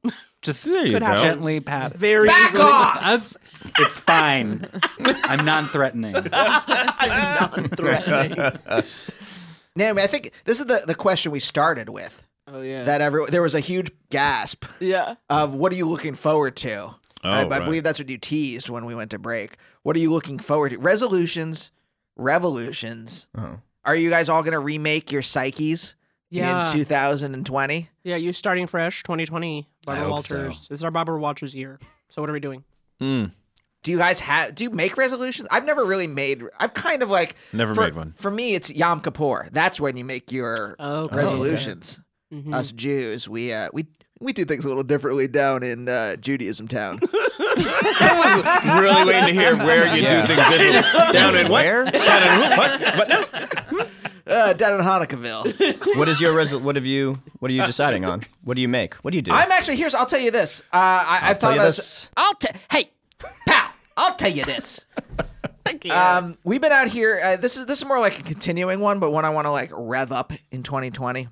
Speaker 8: just
Speaker 2: you Could go. happen.
Speaker 8: gently pat.
Speaker 6: Very
Speaker 5: Back
Speaker 6: easily.
Speaker 5: off!
Speaker 8: Us- it's fine. I'm non threatening.
Speaker 5: Naomi, I think this is the, the question we started with.
Speaker 6: Oh yeah.
Speaker 5: That every there was a huge gasp
Speaker 6: yeah.
Speaker 5: of what are you looking forward to? I, I
Speaker 2: Oh, right.
Speaker 5: believe that's what you teased when we went to break. What are you looking forward to? Resolutions, revolutions.
Speaker 9: Oh.
Speaker 5: Are you guys all going to remake your psyches
Speaker 6: Yeah.
Speaker 5: in 2020?
Speaker 6: Yeah, you starting fresh 2020. Barbara
Speaker 8: hope
Speaker 6: Walters.
Speaker 8: so.
Speaker 6: This is our Barbara Walters year. So what are we doing?
Speaker 2: Hmm.
Speaker 5: Do you guys have? Do you make resolutions? I've never really made. I've kind of like
Speaker 2: Never
Speaker 5: for-
Speaker 2: made one.
Speaker 5: For me, it's Yom Kippur. That's when you make your
Speaker 6: Oh, Okay.
Speaker 5: resolutions. Us Jews, we uh, we we do things a little differently down in uh, Judaism town.
Speaker 2: I was really waiting to hear where you
Speaker 9: Yeah.
Speaker 2: do things differently. Down in what?
Speaker 9: Where?
Speaker 2: Down in who? What? What? No.
Speaker 5: uh, down in Hanukkahville.
Speaker 9: What is your resol? What have you? What are you deciding on? What do you make? What do you do?
Speaker 5: I'm actually here's. I'll tell you this. Uh, I, I've
Speaker 9: tell
Speaker 5: thought
Speaker 9: you
Speaker 5: about
Speaker 9: this.
Speaker 5: I'll tell. Hey, pal. I'll tell you this. Um, we've been out here. Uh, this is this is more like a continuing one, but one I want to like rev up in 2020.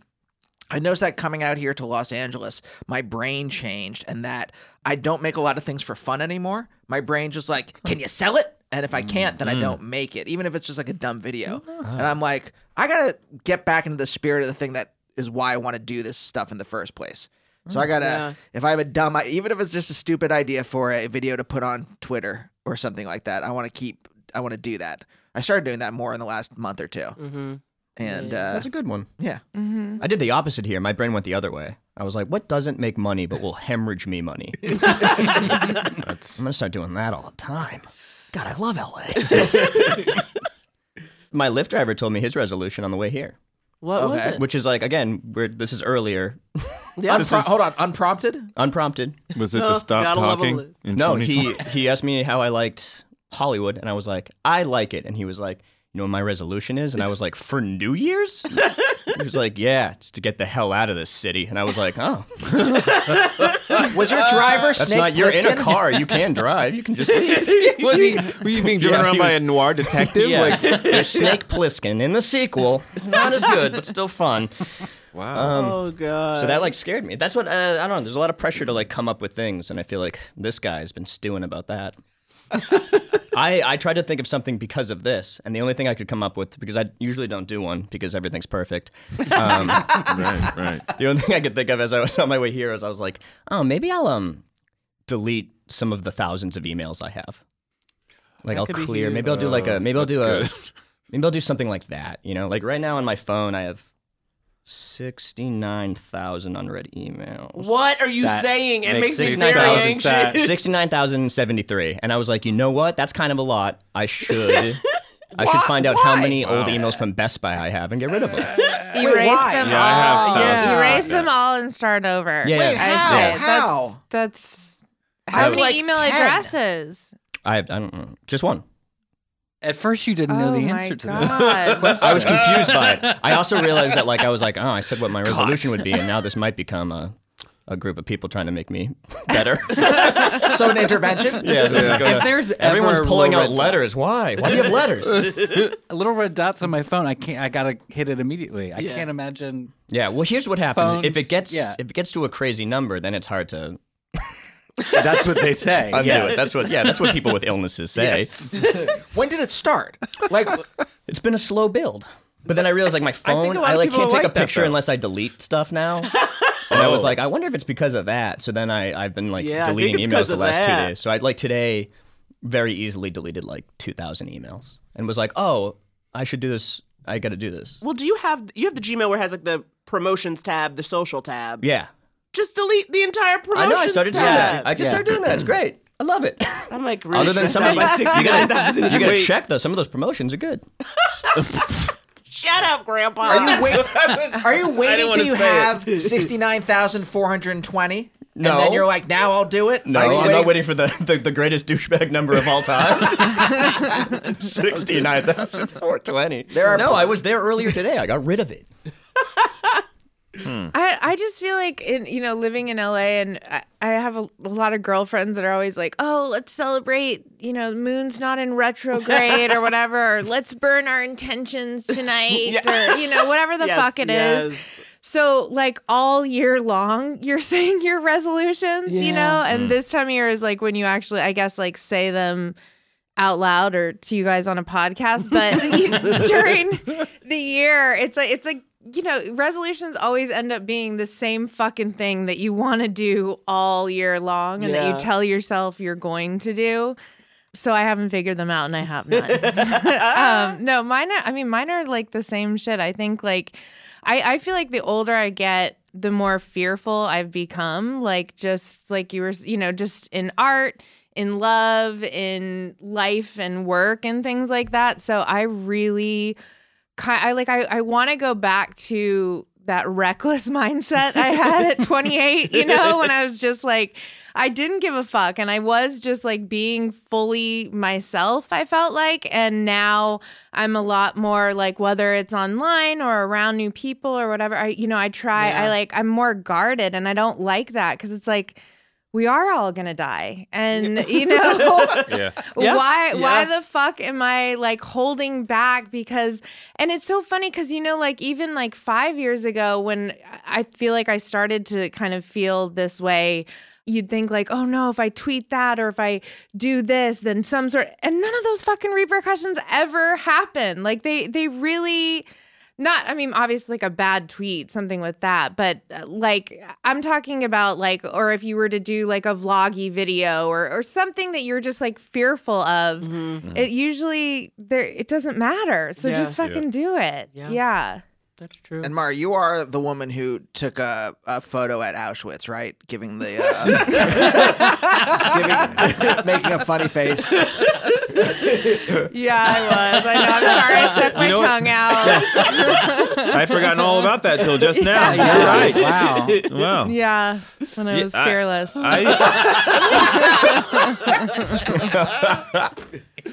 Speaker 5: I noticed that coming out here to Los Angeles, my brain changed, and that I don't make a lot of things for fun anymore. My brain just like, can you sell it? And if I can't, then
Speaker 9: Mm-hmm.
Speaker 5: I don't make it, even if it's just like a dumb video. And I'm like, I gotta get back into the spirit of the thing that is why I want to do this stuff in the first place. So I
Speaker 6: Mm,
Speaker 5: gotta, if I have a dumb, even if it's just a stupid idea for a video to put on Twitter or something like that, I want to keep, I want to do that. I started doing that more in the last month or 2 and uh,
Speaker 9: That's a good one.
Speaker 5: yeah.
Speaker 9: Mm-hmm.
Speaker 6: Mm-hmm.
Speaker 9: I did the opposite here. My brain went the other way. I was like, what doesn't make money but will hemorrhage me money? I'm gonna start doing that all the time. God, I love LA. My Lyft driver told me his resolution on the way here,
Speaker 6: What was
Speaker 5: Okay.
Speaker 6: it?
Speaker 9: which is like, again, we're, this is earlier,
Speaker 5: Unpro- hold on, unprompted.
Speaker 9: unprompted.
Speaker 2: Was
Speaker 5: Oh,
Speaker 2: it the stop
Speaker 6: gotta love a
Speaker 2: talking?
Speaker 6: li-
Speaker 2: in
Speaker 9: No,
Speaker 2: 2020?
Speaker 9: he he asked me how I liked Hollywood, and I was like, I like it, and he was like, you know what my resolution is, and I was like, for New Year's. He was like, yeah, it's to get the hell out of this city, and I was like, oh,
Speaker 5: Was your driver
Speaker 9: that's
Speaker 5: Snake
Speaker 9: not. You're in a
Speaker 5: Plissken?
Speaker 9: car. You can drive. You can just leave.
Speaker 2: was he were you being driven
Speaker 9: Yeah,
Speaker 2: around
Speaker 9: he
Speaker 2: by
Speaker 9: was-
Speaker 2: a noir detective?
Speaker 9: Yeah.
Speaker 2: Like
Speaker 9: There's Snake Plissken in the sequel. Not as good, but still fun. Um,
Speaker 2: wow.
Speaker 5: Um,
Speaker 6: oh god.
Speaker 9: So that like scared me. That's what uh, I don't know. There's a lot of pressure to like come up with things, and I feel like this guy's been stewing about that. I I tried to think of something because of this, and the only thing I could come up with because I usually don't do one because everything's perfect. Um,
Speaker 2: right, right.
Speaker 9: The only thing I could think of as I was on my way here is I was like, oh, maybe I'll um delete some of the thousands of emails I have. Like I'll
Speaker 6: could be
Speaker 9: clear.
Speaker 6: huge.
Speaker 9: Maybe I'll do like a maybe I'll do a
Speaker 2: That's good.
Speaker 9: Maybe I'll do something like that. You know, like right now on my phone, I have sixty-nine thousand unread emails.
Speaker 6: what are you
Speaker 8: That
Speaker 6: saying? It makes, me very
Speaker 8: 69,000
Speaker 6: anxious.
Speaker 8: sad.
Speaker 9: Sixty-nine thousand seventy-three, and I was like, you know what? That's kind of a lot. I should, I should find out how many old emails from Best Buy I have and get rid of them.
Speaker 7: Erase
Speaker 5: why?
Speaker 7: them
Speaker 2: Yeah, I have
Speaker 7: all.
Speaker 2: thousands.
Speaker 7: Erase
Speaker 2: Yeah.
Speaker 7: them all and start over.
Speaker 9: Yeah, Wait,
Speaker 7: I
Speaker 5: how?
Speaker 7: say.
Speaker 5: How?
Speaker 7: That's, that's
Speaker 5: I
Speaker 7: how
Speaker 5: have
Speaker 7: many
Speaker 5: like
Speaker 7: email
Speaker 5: 10.
Speaker 7: addresses?
Speaker 9: I have, I don't know, just one.
Speaker 8: At first, you didn't know
Speaker 7: oh
Speaker 8: the
Speaker 7: my
Speaker 8: answer to that.
Speaker 7: god!
Speaker 9: I was confused by it. I also realized that like I was like, oh, I said what my resolution would be, and now this might become a, a group of people trying to make me better.
Speaker 5: So an intervention.
Speaker 9: yeah, this is going
Speaker 8: If there's ever
Speaker 9: Everyone's
Speaker 8: a
Speaker 9: pulling
Speaker 8: little
Speaker 9: out
Speaker 8: red
Speaker 9: letters. Why? Why do you have letters?
Speaker 8: dot- little red dots on my phone. I can't. I gotta hit it immediately. I can't imagine.
Speaker 9: yeah. Well, here's what happens. if
Speaker 8: Phones,
Speaker 9: it gets
Speaker 8: yeah.
Speaker 9: if it gets to a crazy number, then it's hard to
Speaker 8: That's what they say.
Speaker 9: undo it. That's what yeah. That's what people with illnesses say.
Speaker 5: When did it start? Like,
Speaker 9: It's been a slow build. But then I realized like my phone,
Speaker 2: a
Speaker 9: I,
Speaker 2: lot of
Speaker 9: like
Speaker 2: people
Speaker 9: can't take
Speaker 2: like
Speaker 9: a
Speaker 2: that,
Speaker 9: picture
Speaker 2: though.
Speaker 9: unless I delete stuff now. and I was like, I wonder if it's because of that. So then I I've been like
Speaker 6: Yeah, I think
Speaker 9: deleting
Speaker 6: it's
Speaker 9: emails
Speaker 6: 'cause
Speaker 9: the
Speaker 6: of
Speaker 9: last two
Speaker 6: that.
Speaker 9: days. So I like today very easily deleted like 2000 emails and was like, "Oh, I should do this. I got to do this."
Speaker 6: Well, do you have you have the Gmail where it has like the promotions tab, the social tab?
Speaker 9: Yeah.
Speaker 6: Just delete the entire
Speaker 9: I
Speaker 6: promotions
Speaker 9: know I started doing
Speaker 6: tab.
Speaker 9: that. I just
Speaker 8: Yeah.
Speaker 9: started doing that. It's great. I love it.
Speaker 6: I'm like really
Speaker 9: Other than some of
Speaker 6: stressed out by
Speaker 9: you gotta,
Speaker 6: 69,000.
Speaker 9: you gotta
Speaker 6: Wait,
Speaker 9: check though. Some of those promotions are good.
Speaker 6: Shut up, Grandpa.
Speaker 5: are you wait, Are you waiting
Speaker 2: wanna
Speaker 5: till you
Speaker 2: say it.
Speaker 5: have sixty nine thousand four hundred twenty?
Speaker 9: No.
Speaker 5: And then you're like, now I'll do it.
Speaker 9: No,
Speaker 5: Are
Speaker 9: I'm
Speaker 5: you
Speaker 9: not waiting for the, the, the greatest douchebag number of all time. 69,420.
Speaker 5: are
Speaker 9: no,
Speaker 5: pl-
Speaker 9: I was there earlier today. I got rid of it.
Speaker 6: Mm.
Speaker 7: I, I just feel like in you know living in LA and I, I have a, a lot of girlfriends that are always like oh let's celebrate you know the moon's not in retrograde or whatever or let's burn our intentions tonight or you know whatever the
Speaker 6: Yes,
Speaker 7: fuck it is.
Speaker 6: yes.
Speaker 7: So like all year long you're saying your resolutions you know and
Speaker 6: Mm.
Speaker 7: this time of year is like when you actually I guess like say them out loud or to you guys on a podcast, but during the year, it's like it's like you know resolutions always end up being the same fucking thing that you want to do all year long and that
Speaker 6: Yeah.
Speaker 7: you tell yourself you're going to do. So I haven't figured them out, and I have not. um, no, mine. Are, I mean, mine are like the same shit. I think like I I feel like the older I get, the more fearful I've become. Like just like you were, you know, just in art, in love, in life and work and things like that. So I really ki- I like I, I want to go back to that reckless mindset I had at 28, you know, when I was just like I didn't give a fuck and I was just like being fully myself, I felt like, and now I'm a lot more like whether it's online or around new people or whatever, I you know, I try I like I'm more guarded and I don't like that cuz it's like we are all gonna die, and you know,
Speaker 2: Yeah.
Speaker 6: Yeah.
Speaker 7: why why
Speaker 6: Yeah.
Speaker 7: the fuck am i like holding back because and it's so funny because you know like even like five years ago when i feel like i started to kind of feel this way you'd think like oh no if i tweet that or if i do this then some sort and none of those fucking repercussions ever happen like they they really not i mean obviously like a bad tweet something with that but uh, like i'm talking about like or if you were to do like a vloggy video or or something that you're just like fearful of
Speaker 2: Mm-hmm.
Speaker 7: it usually there it doesn't matter so
Speaker 6: Yeah.
Speaker 7: just fucking do it yeah,
Speaker 6: That's true.
Speaker 5: And Mara, you are the woman who took a, a photo at Auschwitz, right? Giving the uh, giving, making a funny face.
Speaker 7: Yeah, I was. I know. I'm sorry. I stuck my
Speaker 2: know what?
Speaker 7: tongue out.
Speaker 2: I'd forgotten all about that till just now. You're
Speaker 8: Yeah,
Speaker 2: right.
Speaker 8: wow.
Speaker 2: Wow.
Speaker 7: yeah, when I
Speaker 2: Oh. Yeah,
Speaker 7: was
Speaker 2: I-
Speaker 7: fearless.
Speaker 2: I,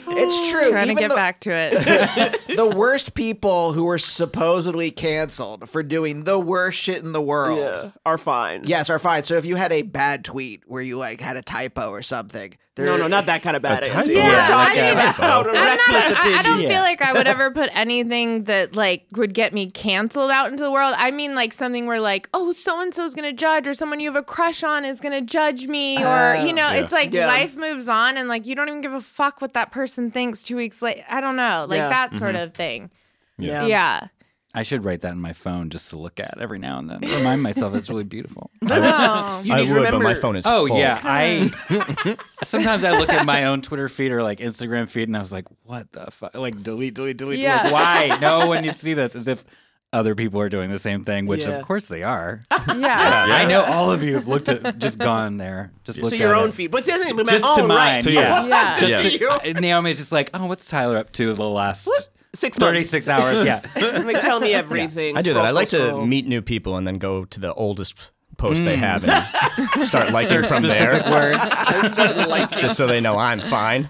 Speaker 5: It's true.
Speaker 7: trying to
Speaker 5: Even
Speaker 7: get
Speaker 5: the,
Speaker 7: back to it.
Speaker 5: the worst people who were supposedly canceled for doing the worst shit in the world.
Speaker 6: Yeah, are fine.
Speaker 5: Yes, are fine. So if you had a bad tweet where you like had a typo or something, there,
Speaker 6: No, no, not that kind of bad.
Speaker 2: typo.
Speaker 6: Andy.
Speaker 2: Yeah,
Speaker 6: We're talking
Speaker 7: I mean,
Speaker 6: about a
Speaker 7: I'm not,
Speaker 6: reckless
Speaker 7: I, I
Speaker 6: opinion.
Speaker 7: don't feel like I would ever put anything that like would get me canceled out into the world. I mean, like something where like, oh, so and so's gonna judge, or someone you have a crush on is gonna judge me, or you know, it's like
Speaker 6: Yeah.
Speaker 7: life moves on, and like you don't even give a fuck what that person thinks two weeks later. I don't know, like
Speaker 6: Yeah.
Speaker 7: that sort of thing.
Speaker 6: Yeah.
Speaker 7: Yeah.
Speaker 8: I should write that in my phone just to look at every now and then. Remind myself it's really beautiful.
Speaker 7: Oh.
Speaker 6: You
Speaker 9: I
Speaker 6: need
Speaker 9: would,
Speaker 6: to remember.
Speaker 9: but my phone is.
Speaker 8: Oh
Speaker 9: full.
Speaker 8: yeah, I sometimes I look at my own Twitter feed or like Instagram feed, and I was like, "What the fuck?" Like delete, delete, delete.
Speaker 7: Yeah.
Speaker 8: Like why? No one needs to see this. As if other people are doing the same thing, which
Speaker 6: Yeah.
Speaker 8: of course they are.
Speaker 7: yeah.
Speaker 8: I know all of you have looked at, just gone there, just looked
Speaker 6: to your
Speaker 8: at
Speaker 6: own
Speaker 8: it.
Speaker 6: feed. But see, I think
Speaker 8: just
Speaker 6: my own,
Speaker 8: to mine.
Speaker 6: right?
Speaker 2: To
Speaker 8: yeah.
Speaker 2: yours.
Speaker 7: Yeah.
Speaker 8: Just
Speaker 2: Yeah.
Speaker 8: to- uh, Naomi's just like, "Oh, what's Tyler up to the last
Speaker 6: Six months.
Speaker 8: thirty-six hours?" Yeah.
Speaker 6: Like, tell me everything.
Speaker 9: I do that.
Speaker 6: Scroll,
Speaker 9: I like
Speaker 6: scroll,
Speaker 9: to
Speaker 6: scroll.
Speaker 9: meet new people and then go to the oldest post they have and start liking
Speaker 8: Search
Speaker 9: from
Speaker 8: specific
Speaker 9: there,
Speaker 8: words.
Speaker 9: just so they know I'm fine.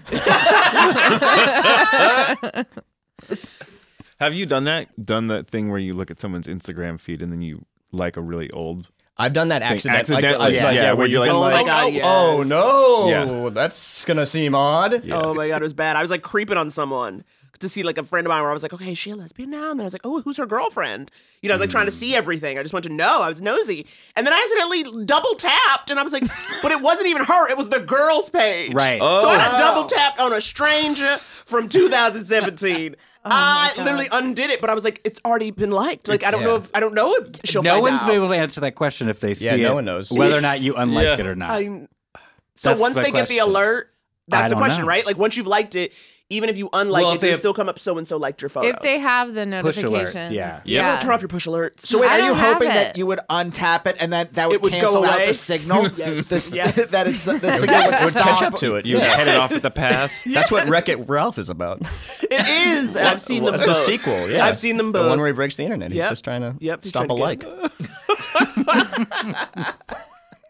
Speaker 2: have you done that? Done that thing where you look at someone's Instagram feed and then you like a really old
Speaker 9: I've done that accident-
Speaker 2: accidentally?
Speaker 9: Like, I- like,
Speaker 2: Yeah, where you're like,
Speaker 9: go,
Speaker 2: oh my
Speaker 6: God, yes.
Speaker 9: oh no,
Speaker 2: Yeah.
Speaker 9: that's gonna seem odd.
Speaker 6: Oh my god, it was bad. I was like creeping on someone to see like a friend of mine where I was like, okay, is she a lesbian now? And then I was like, oh, who's her girlfriend? You know, I was like trying to
Speaker 8: Mm.
Speaker 6: see everything. I just wanted to know. I was nosy. And then I accidentally double tapped and I was like, but it wasn't even her. It was the girl's page.
Speaker 8: Right.
Speaker 6: So I
Speaker 2: Oh.
Speaker 6: double tapped on a stranger from 2017. I literally undid it, but I was like, it's already been liked. Like, I don't know if I don't know if she'll
Speaker 8: no
Speaker 6: find
Speaker 8: one's
Speaker 6: out.
Speaker 8: been able to answer that question if they see
Speaker 9: Yeah, no
Speaker 8: it,
Speaker 9: one knows.
Speaker 8: whether or not you unlike
Speaker 2: Yeah.
Speaker 8: it or not.
Speaker 6: I'm- so
Speaker 8: That's
Speaker 6: once
Speaker 8: my
Speaker 6: they get the
Speaker 8: question.
Speaker 6: alert, that's the
Speaker 8: don't
Speaker 6: question,
Speaker 8: know.
Speaker 6: right? Like once you've liked it, even if you unlike
Speaker 8: Well,
Speaker 6: it,
Speaker 8: if they
Speaker 6: they
Speaker 8: have-
Speaker 6: still come up. So and so liked your photo.
Speaker 7: If they have the
Speaker 8: Push alerts,
Speaker 7: notification.
Speaker 8: yeah.
Speaker 2: Yeah.
Speaker 6: turn off your push alerts,
Speaker 5: So wait,
Speaker 7: I
Speaker 5: are you
Speaker 7: don't have
Speaker 5: hoping that
Speaker 7: it.
Speaker 5: you would untap it and that that would,
Speaker 6: It would go
Speaker 5: cancel out
Speaker 6: away?
Speaker 5: the signal?
Speaker 6: Yes.
Speaker 5: This-
Speaker 6: Yes.
Speaker 5: that it's the signal would,
Speaker 9: Would
Speaker 5: stop.
Speaker 9: catch up to it.
Speaker 2: You headed off at the pass.
Speaker 9: That's what Wreck It Ralph is about.
Speaker 6: it is. I've seen them
Speaker 9: That's
Speaker 6: both.
Speaker 9: the sequel. Yeah,
Speaker 6: I've seen them
Speaker 9: The
Speaker 6: both.
Speaker 9: one where he breaks the internet. He's
Speaker 6: Yep.
Speaker 9: just trying to
Speaker 6: Yep, he's
Speaker 9: stop a
Speaker 6: trying
Speaker 9: like.
Speaker 6: to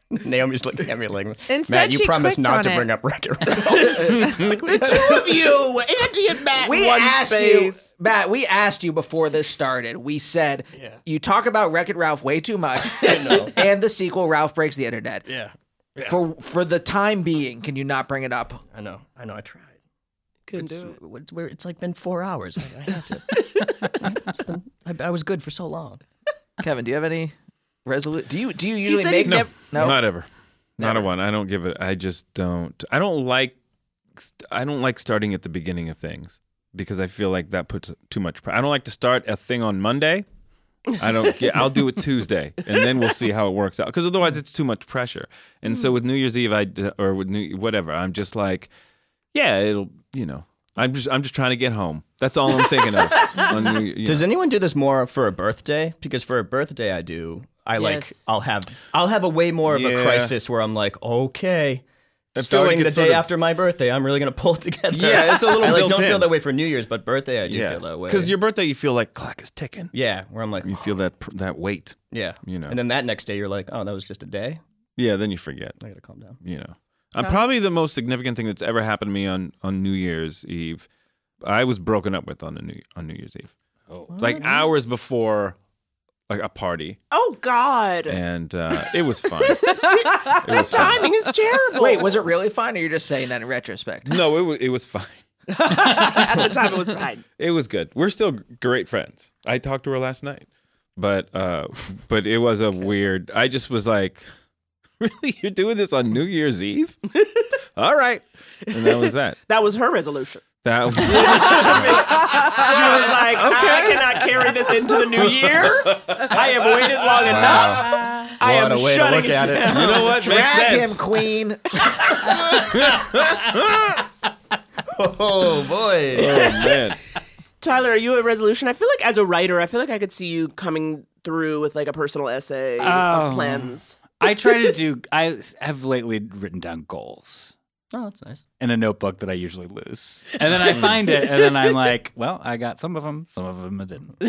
Speaker 9: Naomi's looking at me like,
Speaker 7: Instead,
Speaker 9: Matt, you
Speaker 7: she
Speaker 9: promised
Speaker 7: clicked
Speaker 9: not
Speaker 7: on
Speaker 9: to
Speaker 7: it."
Speaker 9: bring up Wreck It Ralph.
Speaker 6: The two of you, Andy and Matt, in
Speaker 5: We
Speaker 6: one
Speaker 5: asked
Speaker 6: space.
Speaker 5: you, Matt. We asked you before this started. We said you talk about Wreck It Ralph way too much, and the sequel Ralph breaks the internet.
Speaker 9: yeah,
Speaker 5: For for the time being, can you not bring it up?
Speaker 9: I know. I know. I tried.
Speaker 6: Couldn't
Speaker 9: It's,
Speaker 6: do it.
Speaker 9: it's, where- it's like been four hours. I, I had to. It's been, I, I was good for so long.
Speaker 5: Kevin, do you have any resolute? Do you do you usually
Speaker 6: said
Speaker 5: make
Speaker 6: he
Speaker 2: No,
Speaker 5: nev- no?
Speaker 2: not ever. Not a one. I don't give it. I just don't. I don't like. I don't like starting at the beginning of things because I feel like that puts too much. pr- I don't like to start a thing on Monday. I don't. Get, I'll do it Tuesday, and then we'll see how it works out. Because otherwise, it's too much pressure. And so with New Year's Eve, I d- or with New whatever, I'm just like, yeah, it'll. You know, I'm just. I'm just trying to get home. That's all I'm thinking of. on New Year, you
Speaker 9: Does
Speaker 2: know.
Speaker 9: anyone do this more for a birthday? Because for a birthday, I do. I like
Speaker 6: Yes.
Speaker 9: I'll have I'll have a way more of
Speaker 2: Yeah.
Speaker 9: a crisis where I'm like, okay,
Speaker 2: That
Speaker 9: starting
Speaker 2: already
Speaker 9: the
Speaker 2: gets sort
Speaker 9: day
Speaker 2: of-
Speaker 9: after my birthday, I'm really gonna pull it together.
Speaker 2: Yeah, it's a little
Speaker 9: I like,
Speaker 2: built
Speaker 9: don't feel
Speaker 2: in.
Speaker 9: that way for New Year's, but birthday I do feel that way.
Speaker 2: Because your birthday, you feel like clock is ticking.
Speaker 9: yeah, where I'm like,
Speaker 2: You feel that pr- that weight.
Speaker 9: yeah,
Speaker 2: you know.
Speaker 9: and then that next day you're like, oh, that was just a day.
Speaker 2: Yeah, then you forget.
Speaker 9: I gotta calm down.
Speaker 2: you know. I'm probably the most significant thing that's ever happened to me on on New Year's Eve. I was broken up with on the new on New Year's Eve. Oh. Like hours before like a party
Speaker 6: Oh God,
Speaker 2: and uh, it was fun. it was fun.
Speaker 6: timing is terrible.
Speaker 5: Wait, was it really fun, or you're just saying that in retrospect?
Speaker 2: No, it was it was fine.
Speaker 6: at the time it was fine.
Speaker 2: It was good. We're still g- great friends. I talked to her last night. But uh but it was a weird I just was like really you're doing this on New Year's Eve? All right. And that was that.
Speaker 6: That was her resolution.
Speaker 2: That
Speaker 6: She was like, I cannot carry this into the new year. I have waited long enough. I am
Speaker 9: What a way to
Speaker 6: shutting
Speaker 9: look at
Speaker 6: it
Speaker 9: it.
Speaker 2: You know what? Makes
Speaker 5: Drag him,
Speaker 2: sense.
Speaker 5: queen.
Speaker 9: Oh boy.
Speaker 2: Oh man.
Speaker 6: Tyler, are you a resolution? I feel like as a writer, I feel like I could see you coming through with like a personal essay of
Speaker 8: Oh.
Speaker 6: plans.
Speaker 8: I try to do. I s- have lately written down goals
Speaker 9: oh, that's nice.
Speaker 8: in a notebook that I usually lose, and then I find it, and then I'm like, well, I got some of them, some of them I didn't.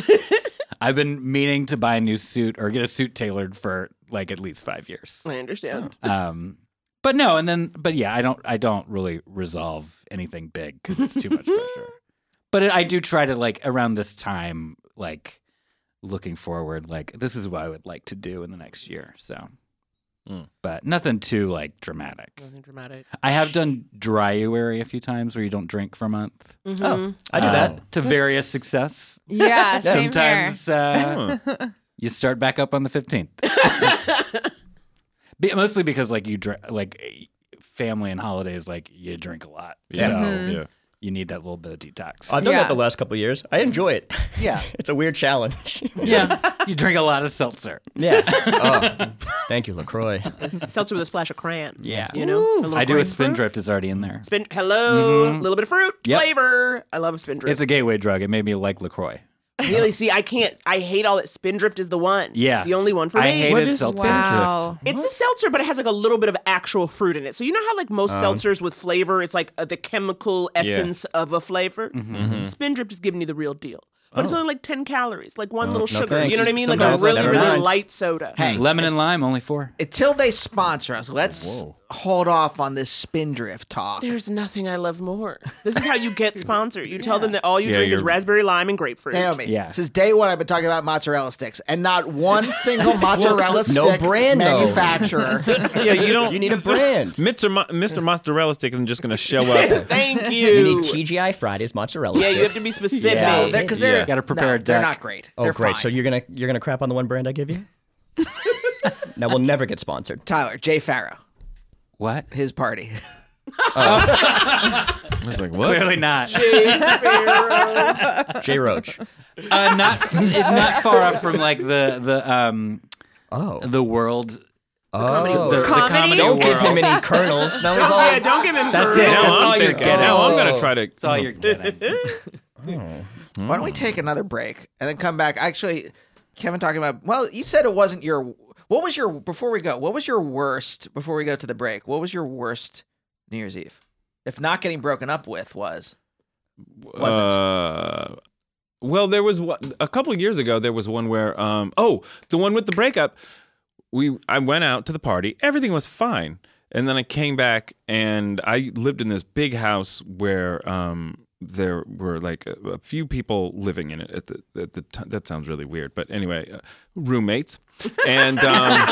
Speaker 8: I've been meaning to buy a new suit or get a suit tailored for like at least five years.
Speaker 6: I understand.
Speaker 8: Um, but no, and then, but yeah, I don't, I don't really resolve anything big because it's too much pressure. But I do try to like around this time, like looking forward, like this is what I would like to do in the next year. So,
Speaker 9: Mm.
Speaker 8: but nothing too like dramatic.
Speaker 6: Nothing dramatic.
Speaker 8: I have done dryuary a few times where you don't drink for a month.
Speaker 9: Oh, I do
Speaker 8: Uh,
Speaker 9: that.
Speaker 8: to various success.
Speaker 7: Mm-hmm. Yeah, same here.
Speaker 8: Sometimes uh, you start back up on the fifteenth. Mostly because like you drink, like family and holidays, like you drink a lot, so
Speaker 7: Mm-hmm.
Speaker 11: Mm-hmm.
Speaker 2: Yeah.
Speaker 8: you need that little bit of detox.
Speaker 9: I've done
Speaker 7: Yeah.
Speaker 9: that the last couple of years. I enjoy it.
Speaker 8: yeah,
Speaker 9: it's a weird challenge.
Speaker 8: yeah. you drink a lot of seltzer.
Speaker 9: yeah. Oh, thank you, Lacroix.
Speaker 6: Seltzer with a splash of crayon.
Speaker 9: Yeah.
Speaker 6: You know? little
Speaker 8: I do a
Speaker 6: grapefruit.
Speaker 8: spindrift is already in there.
Speaker 6: Spin, hello, a little bit of fruit
Speaker 8: Yep.
Speaker 6: flavor. I love spindrift.
Speaker 8: It's a gateway drug. It made me like Lacroix.
Speaker 6: Really, see, I can't. I hate all that. Spindrift is the one.
Speaker 8: Yeah,
Speaker 6: The only one for
Speaker 8: I
Speaker 6: me.
Speaker 8: hated seltzer.
Speaker 7: Wow.
Speaker 6: It's a seltzer, but it has like a little bit of actual fruit in it. So you know how like most seltzers with flavor, it's like uh, the chemical essence of a flavor.
Speaker 8: Mm-hmm.
Speaker 6: Spindrift is giving you the real deal, but
Speaker 8: Oh.
Speaker 6: it's only like ten calories, like one little sugar.
Speaker 9: thanks.
Speaker 6: You know what I mean?
Speaker 9: Sometimes
Speaker 6: like a really
Speaker 9: never
Speaker 6: really
Speaker 9: mind.
Speaker 6: light soda.
Speaker 5: Hey,
Speaker 8: Lemon and lime, only four.
Speaker 5: until they sponsor us, let's hold off on this spindrift talk.
Speaker 6: There's nothing I love more. This is how you get sponsored. You tell them that all you drink is
Speaker 2: you're-
Speaker 6: raspberry lime and grapefruit.
Speaker 5: Naomi,
Speaker 8: Yeah.
Speaker 5: since day one, I've been talking about mozzarella sticks, and not one single mozzarella stick
Speaker 9: brand, though.
Speaker 5: manufacturer.
Speaker 2: Yeah, you don't.
Speaker 9: You need a brand.
Speaker 2: Mr. Mo- Mr. Mozzarella Stick isn't just going to show up.
Speaker 6: Thank you.
Speaker 9: You need TGI Fridays mozzarella.
Speaker 6: yeah, you have
Speaker 9: sticks.
Speaker 6: to be specific.
Speaker 5: no, they're, cause they're
Speaker 2: Yeah.
Speaker 8: Got to prepare
Speaker 5: no,
Speaker 8: a deck.
Speaker 5: They're not great.
Speaker 9: Oh,
Speaker 5: they're
Speaker 9: great.
Speaker 5: Fine.
Speaker 9: So you're gonna you're gonna crap on the one brand I give you? now we'll never get sponsored.
Speaker 5: Tyler Jay Farrow,
Speaker 8: What?
Speaker 5: his party.
Speaker 8: Oh.
Speaker 2: I was like, what?
Speaker 8: Clearly not.
Speaker 9: J Roach.
Speaker 8: uh, not it's not far off from like the the um
Speaker 9: Oh.
Speaker 8: the world
Speaker 9: oh.
Speaker 8: the, the
Speaker 7: Comedy?
Speaker 8: comedy
Speaker 9: Don't give
Speaker 8: world.
Speaker 9: him any kernels. That was all.
Speaker 6: Yeah, don't give him.
Speaker 8: That's
Speaker 6: Pearl.
Speaker 8: it.
Speaker 2: Now
Speaker 8: That's all
Speaker 2: I'm
Speaker 8: you're
Speaker 2: thinking.
Speaker 8: getting. Oh.
Speaker 2: Now I'm going to try to.
Speaker 8: That's
Speaker 5: Oh.
Speaker 8: all you're getting.
Speaker 5: Why don't we take another break and then come back? Actually, Kevin talking about. Well, you said it wasn't your. What was your before we go? What was your worst before we go to the break? What was your worst New Year's Eve? If not getting broken up with was wasn't.
Speaker 2: Uh, well, there was one, a couple of years ago. There was one where, um, oh, the one with the breakup. We I went out to the party. Everything was fine, and then I came back, and I lived in this big house where um, there were like a, a few people living in it. At the at the t- that sounds really weird, but anyway, uh, roommates, and um, and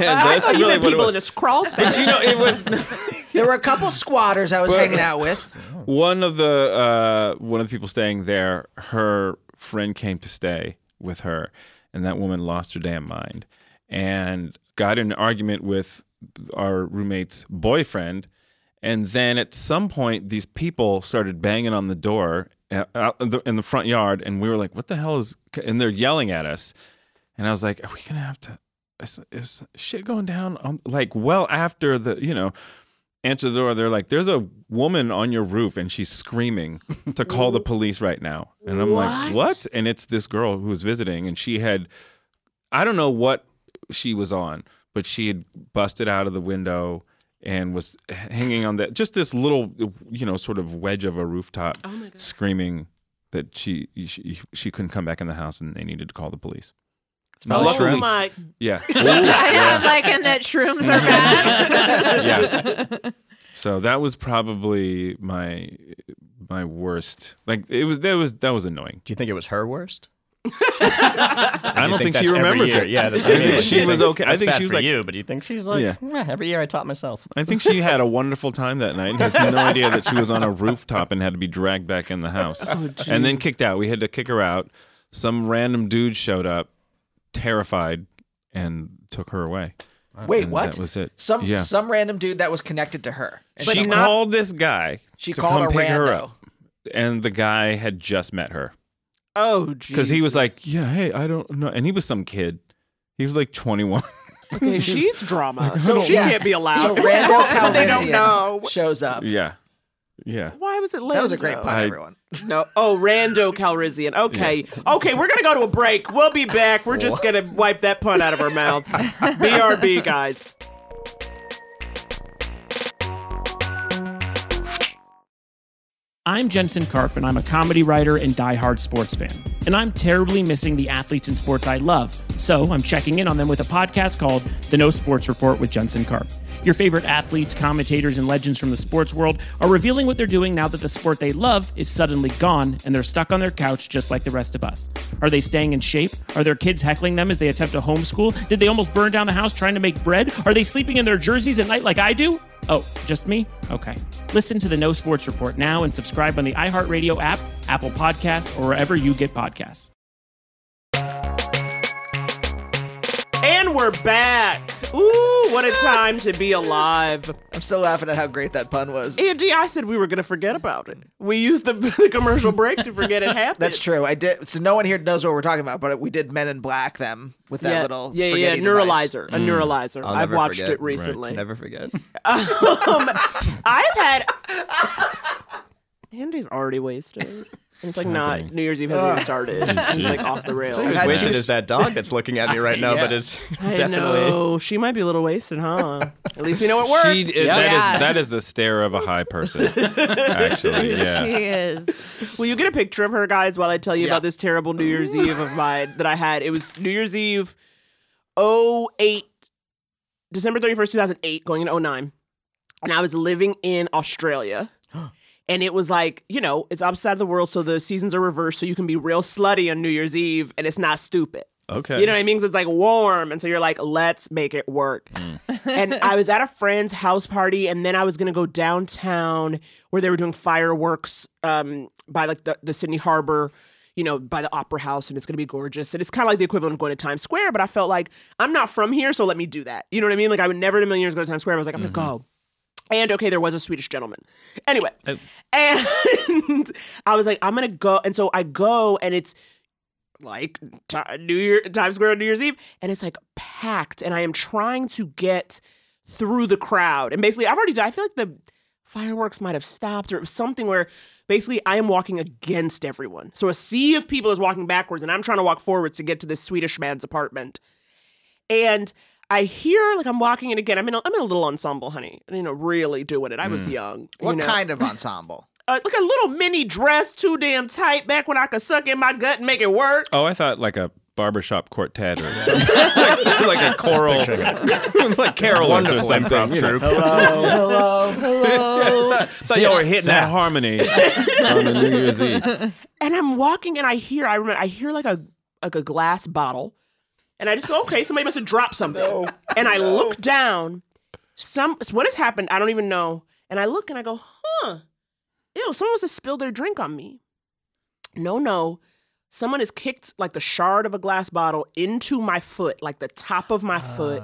Speaker 2: that's
Speaker 6: Oh, you
Speaker 2: really
Speaker 6: meant
Speaker 2: what it
Speaker 6: people
Speaker 2: was.
Speaker 6: in a crawl space.
Speaker 2: But you know, it was.
Speaker 5: there were a couple squatters I was
Speaker 2: But-
Speaker 5: hanging out with.
Speaker 2: one of the uh, one of the people staying there, her friend came to stay with her, and that woman lost her damn mind and got in an argument with our roommate's boyfriend. And then at some point, these people started banging on the door uh, out in the, in the front yard, and we were like, "What the hell is?" And they're yelling at us, and I was like, "Are we gonna have to?" Is, is shit going down on like well after the you know answer the door. They're like, "There's a woman on your roof, and she's screaming to call the police right now." And I'm like, "What?" And it's this girl who was visiting, and she had I don't know what she was on, but she had busted out of the window and was hanging on that just this little you know sort of wedge of a rooftop
Speaker 7: Oh
Speaker 2: screaming that she, she she couldn't come back in the house and they needed to call the police.
Speaker 8: probably
Speaker 2: Luckily-
Speaker 8: shrooms.
Speaker 6: my-
Speaker 2: Yeah.
Speaker 7: Oh I know, I'm like, and that shrooms are bad.
Speaker 2: yeah. So that was probably my my worst. Like it was that was that was annoying.
Speaker 9: Do you think it was her worst?
Speaker 2: I don't think,
Speaker 9: that's
Speaker 2: she
Speaker 9: every
Speaker 2: remembers
Speaker 9: year.
Speaker 2: it.
Speaker 9: Yeah, that's
Speaker 2: I
Speaker 9: what I mean.
Speaker 2: think she was okay. I
Speaker 9: That's
Speaker 2: think
Speaker 9: bad
Speaker 2: she was
Speaker 9: for
Speaker 2: like
Speaker 9: you, but do you think she's like
Speaker 2: Yeah.
Speaker 9: "Meh, every year I taught myself.
Speaker 2: I think she had a wonderful time that night and has no idea that she was on a rooftop and had to be dragged back in the house.
Speaker 5: Oh,
Speaker 2: and then kicked out. We had to kick her out. Some random dude showed up, terrified, and took her away.
Speaker 5: Wait,
Speaker 2: And
Speaker 5: what?
Speaker 2: Uh, That was it.
Speaker 5: Some
Speaker 2: yeah.
Speaker 5: some random dude that was connected to her. And
Speaker 2: she
Speaker 5: she-
Speaker 2: called this guy
Speaker 5: She
Speaker 2: to
Speaker 5: called
Speaker 2: come
Speaker 5: a
Speaker 2: pick her
Speaker 5: rando.
Speaker 2: up. And the guy had just met her.
Speaker 6: Oh, geez.
Speaker 2: Because he was like, Yeah, hey, I don't know. And he was some kid. He was like 21.
Speaker 6: okay, she's drama.
Speaker 5: So,
Speaker 6: so she
Speaker 5: yeah.
Speaker 6: can't be
Speaker 5: so
Speaker 6: allowed.
Speaker 5: Randall
Speaker 6: they don't know.
Speaker 5: Calrissian shows up.
Speaker 2: yeah. Yeah.
Speaker 6: Why was it Lando?
Speaker 5: That was a great pun,
Speaker 2: I-
Speaker 5: everyone.
Speaker 6: No. Oh, Rando Calrissian. Okay. Okay, we're going to go to a break. We'll be back. We're just going to wipe that pun out of our mouths. BRB, guys.
Speaker 11: I'm Jensen Karp, and I'm a comedy writer and diehard sports fan. And I'm terribly missing the athletes and sports I love. So I'm checking in on them with a podcast called The No Sports Report with Jensen Karp. Your favorite athletes, commentators, and legends from the sports world are revealing what they're doing now that the sport they love is suddenly gone and they're stuck on their couch just like the rest of us. Are they staying in shape? Are their kids heckling them as they attempt to homeschool? Did they almost burn down the house trying to make bread? Are they sleeping in their jerseys at night like I do? Oh, just me? Okay. Listen to the No Sports Report now and subscribe on the iHeartRadio app, Apple Podcasts, or wherever you get podcasts.
Speaker 6: And we're back. Ooh, what a time to be alive.
Speaker 5: I'm still laughing at how great that pun was.
Speaker 6: Andy, I said we were going to forget about it. We used the, the commercial break to forget it happened.
Speaker 5: That's true. I did. So no one here knows what we're talking about, but we did Men in Black them with that
Speaker 6: Yeah,
Speaker 5: little
Speaker 6: yeah, yeah, yeah.
Speaker 5: forgetting device.
Speaker 6: Neuralizer, a
Speaker 2: Mm.
Speaker 6: neuralizer.
Speaker 9: I'll
Speaker 6: I've
Speaker 9: never
Speaker 6: watched
Speaker 9: forget.
Speaker 6: it recently.
Speaker 9: Never forget.
Speaker 6: Um, I've had. Andy's already wasted. And it's like not New Year's Eve hasn't even started. She's like off the rails.
Speaker 5: had
Speaker 9: Wasted
Speaker 5: two-
Speaker 9: is that dog that's looking at me right now, but it's definitely.
Speaker 6: No, Oh, she might be a little wasted, huh? At least we know it works.
Speaker 2: She is, that, is, that is the stare of a high person, actually. Yeah.
Speaker 7: She is.
Speaker 6: Will you get a picture of her, guys, while I tell you
Speaker 5: Yeah.
Speaker 6: about this terrible New Year's Eve of mine that I had? It was New Year's Eve 08, December 31st, 2008, going into 09. And I was living in Australia. And it was like, you know, it's outside the world, so the seasons are reversed, so you can be real slutty on New Year's Eve and it's not stupid.
Speaker 2: Okay.
Speaker 6: You know what I mean? 'Cause it's like warm. And so you're like, let's make it work. and I was at a friend's house party, and then I was going to go downtown where they were doing fireworks um, by like the, the Sydney Harbor, you know, by the Opera House, and it's going to be gorgeous. And it's kind of like the equivalent of going to Times Square, but I felt like I'm not from here, so let me do that. You know what I mean? Like, I would never in a million years go to Times Square. I was like, I'm going to go. And okay, there was a Swedish gentleman. Anyway, and I was like, I'm gonna go. And so I go, and it's like Ti- New Year Times Square on New Year's Eve, and it's like packed. And I am trying to get through the crowd. And basically, I've already done. I feel like the fireworks might have stopped, or it was something where basically I am walking against everyone. So a sea of people is walking backwards, and I'm trying to walk forwards to get to this Swedish man's apartment and I hear like I'm walking in again. I'm in a, I'm in a little ensemble, honey. You know, really doing it. I was young.
Speaker 5: Mm. What
Speaker 6: you know.
Speaker 5: kind of ensemble?
Speaker 6: Uh, like a little mini dress, too damn tight. Back when I could suck in my gut and make it work.
Speaker 2: Oh, I thought like a barbershop quartet or something. like, like a choral, like carolers or
Speaker 9: Wonderful
Speaker 2: something.
Speaker 9: improv
Speaker 2: You know.
Speaker 9: troupe.
Speaker 5: hello, hello, hello.
Speaker 2: So you were hitting that harmony on the New Year's Eve.
Speaker 6: and I'm walking and I hear I remember I hear like a like a glass bottle, and I just go okay somebody must have dropped something, and I look down, some what has happened I don't even know, and I look and I go huh, ew someone must have spilled their drink on me, no no. Someone has kicked like the shard of a glass bottle into my foot, like the
Speaker 5: Ah.
Speaker 6: top of my foot.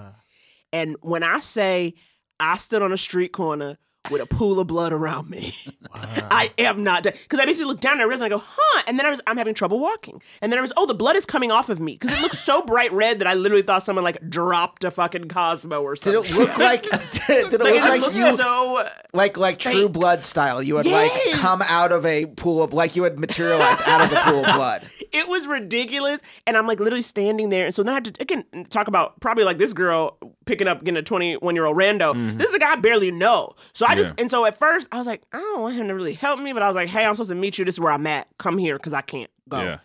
Speaker 6: And when I say I stood on a street corner with a pool of blood around me. I am not dead. Because I basically looked down and I realized, and I go, huh? And then I was, I'm having trouble walking. And then I was, oh, the blood is coming off of me. Because it looks so bright red that I literally thought someone like dropped a fucking Cosmo or
Speaker 5: Did
Speaker 6: something.
Speaker 5: it look like? Did, it look like
Speaker 6: looked
Speaker 5: you?
Speaker 6: so.
Speaker 5: like like True
Speaker 6: Fake.
Speaker 5: Blood style. You had like
Speaker 6: Yes.
Speaker 5: come out of a pool of like you had materialized out of the pool of blood.
Speaker 6: It was ridiculous. And I'm like literally standing there. And so then I had to, again, talk about probably like this girl picking up, getting a 21 year old rando. This is a guy I barely know. So I just, and so at first I was like, I don't want him to really help me, but I was like, hey, I'm supposed to meet you. This is where I'm at. Come here because I can't go.
Speaker 2: Yeah.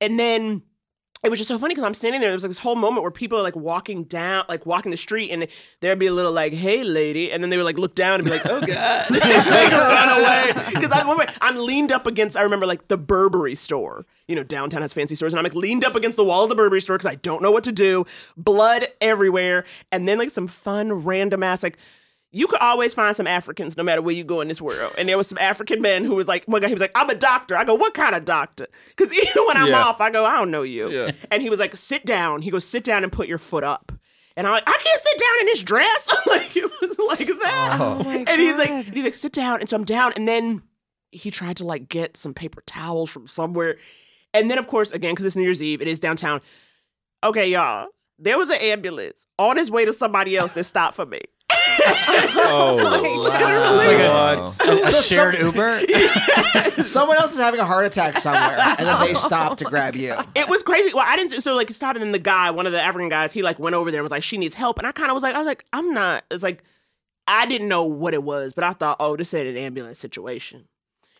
Speaker 6: And then it was just so funny because I'm standing there. There was like this whole moment where people are like walking down, like walking the street, and there'd be a little like, "Hey, lady," and then they would like look down and be like, "Oh god," like run away. Because I remember I'm leaned up against. I remember like the Burberry store. You know, downtown has fancy stores, and I'm like leaned up against the wall of the Burberry store because I don't know what to do. Blood everywhere, and then like some fun random ass like you could always find some Africans no matter where you go in this world. And there was some African man who was like, one guy, he was like, I'm a doctor. I go, what kind of doctor? Because even when I'm
Speaker 2: Yeah.
Speaker 6: off, I go, I don't know you. And he was like, sit down. He goes, sit down and put your foot up. And I'm like, I can't sit down in this dress. like it was like that.
Speaker 9: Oh
Speaker 8: Oh.
Speaker 6: and he's like, he's like, sit down. And so I'm down. And then he tried to like get some paper towels from somewhere. And then of course, again, because it's New Year's Eve, it is downtown. Okay, y'all. There was an ambulance on its way to somebody else that stopped for me.
Speaker 2: Oh,
Speaker 9: Wow.
Speaker 12: Oh.
Speaker 2: what?
Speaker 8: a shared Uber.
Speaker 5: Someone else is having a heart attack somewhere, and then they stop to grab you.
Speaker 6: It was crazy. Well, I didn't. So like, stop. And then the guy, one of the African guys, he like went over there and was like, "She needs help." And I kind of was like, I was like, I'm not. It's like, I didn't know what it was, but I thought, oh, this ain't an ambulance situation.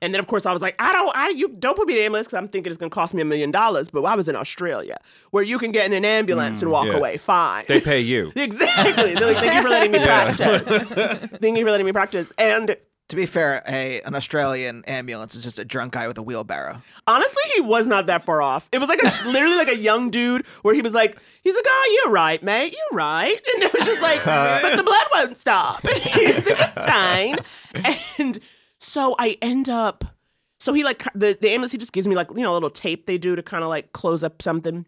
Speaker 6: And then of course I was like, I don't, I you don't put me in an ambulance because I'm thinking it's gonna cost me a million dollars. But I was in Australia where you can get in an ambulance and walk
Speaker 2: Mm, yeah.
Speaker 6: away, fine.
Speaker 2: They pay you.
Speaker 6: exactly. They're like, thank you for letting me practice. thank you for letting me practice. And
Speaker 5: To be fair, a an Australian ambulance is just a drunk guy with a wheelbarrow.
Speaker 6: Honestly, he was not that far off. It was like a, literally like a young dude where he was like, he's like, oh, you're right, mate, you're right. And it was just like, but the blood won't stop. And he's like, it's fine. And so I end up, so he like, the, the ambulance, he just gives me like, you know, a little tape they do to kind of like close up something.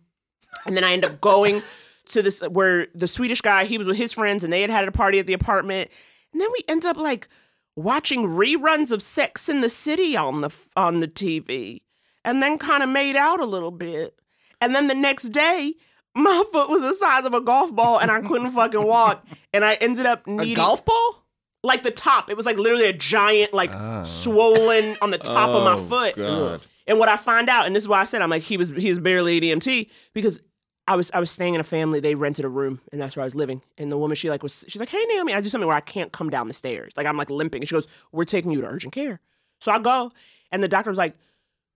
Speaker 6: And then I end up going to this where the Swedish guy, he was with his friends and they had had a party at the apartment. And then we end up like watching reruns of Sex in the City on the on the TV. And then kind of made out a little bit. And then the next day, my foot was the size of a golf ball and I couldn't fucking walk. And I ended up
Speaker 5: A
Speaker 6: needing
Speaker 5: golf ball?
Speaker 6: like the top. It was like literally a giant, like swollen on the top of my foot.
Speaker 2: God.
Speaker 6: And what I find out, and this is why I said I'm like he was he was barely EMT because I was I was staying in a family. They rented a room, and that's where I was living. And the woman she like was she's like, hey Naomi, I do something where I can't come down the stairs. Like I'm like limping. And she goes, we're taking you to urgent care. So I go, and the doctor was like.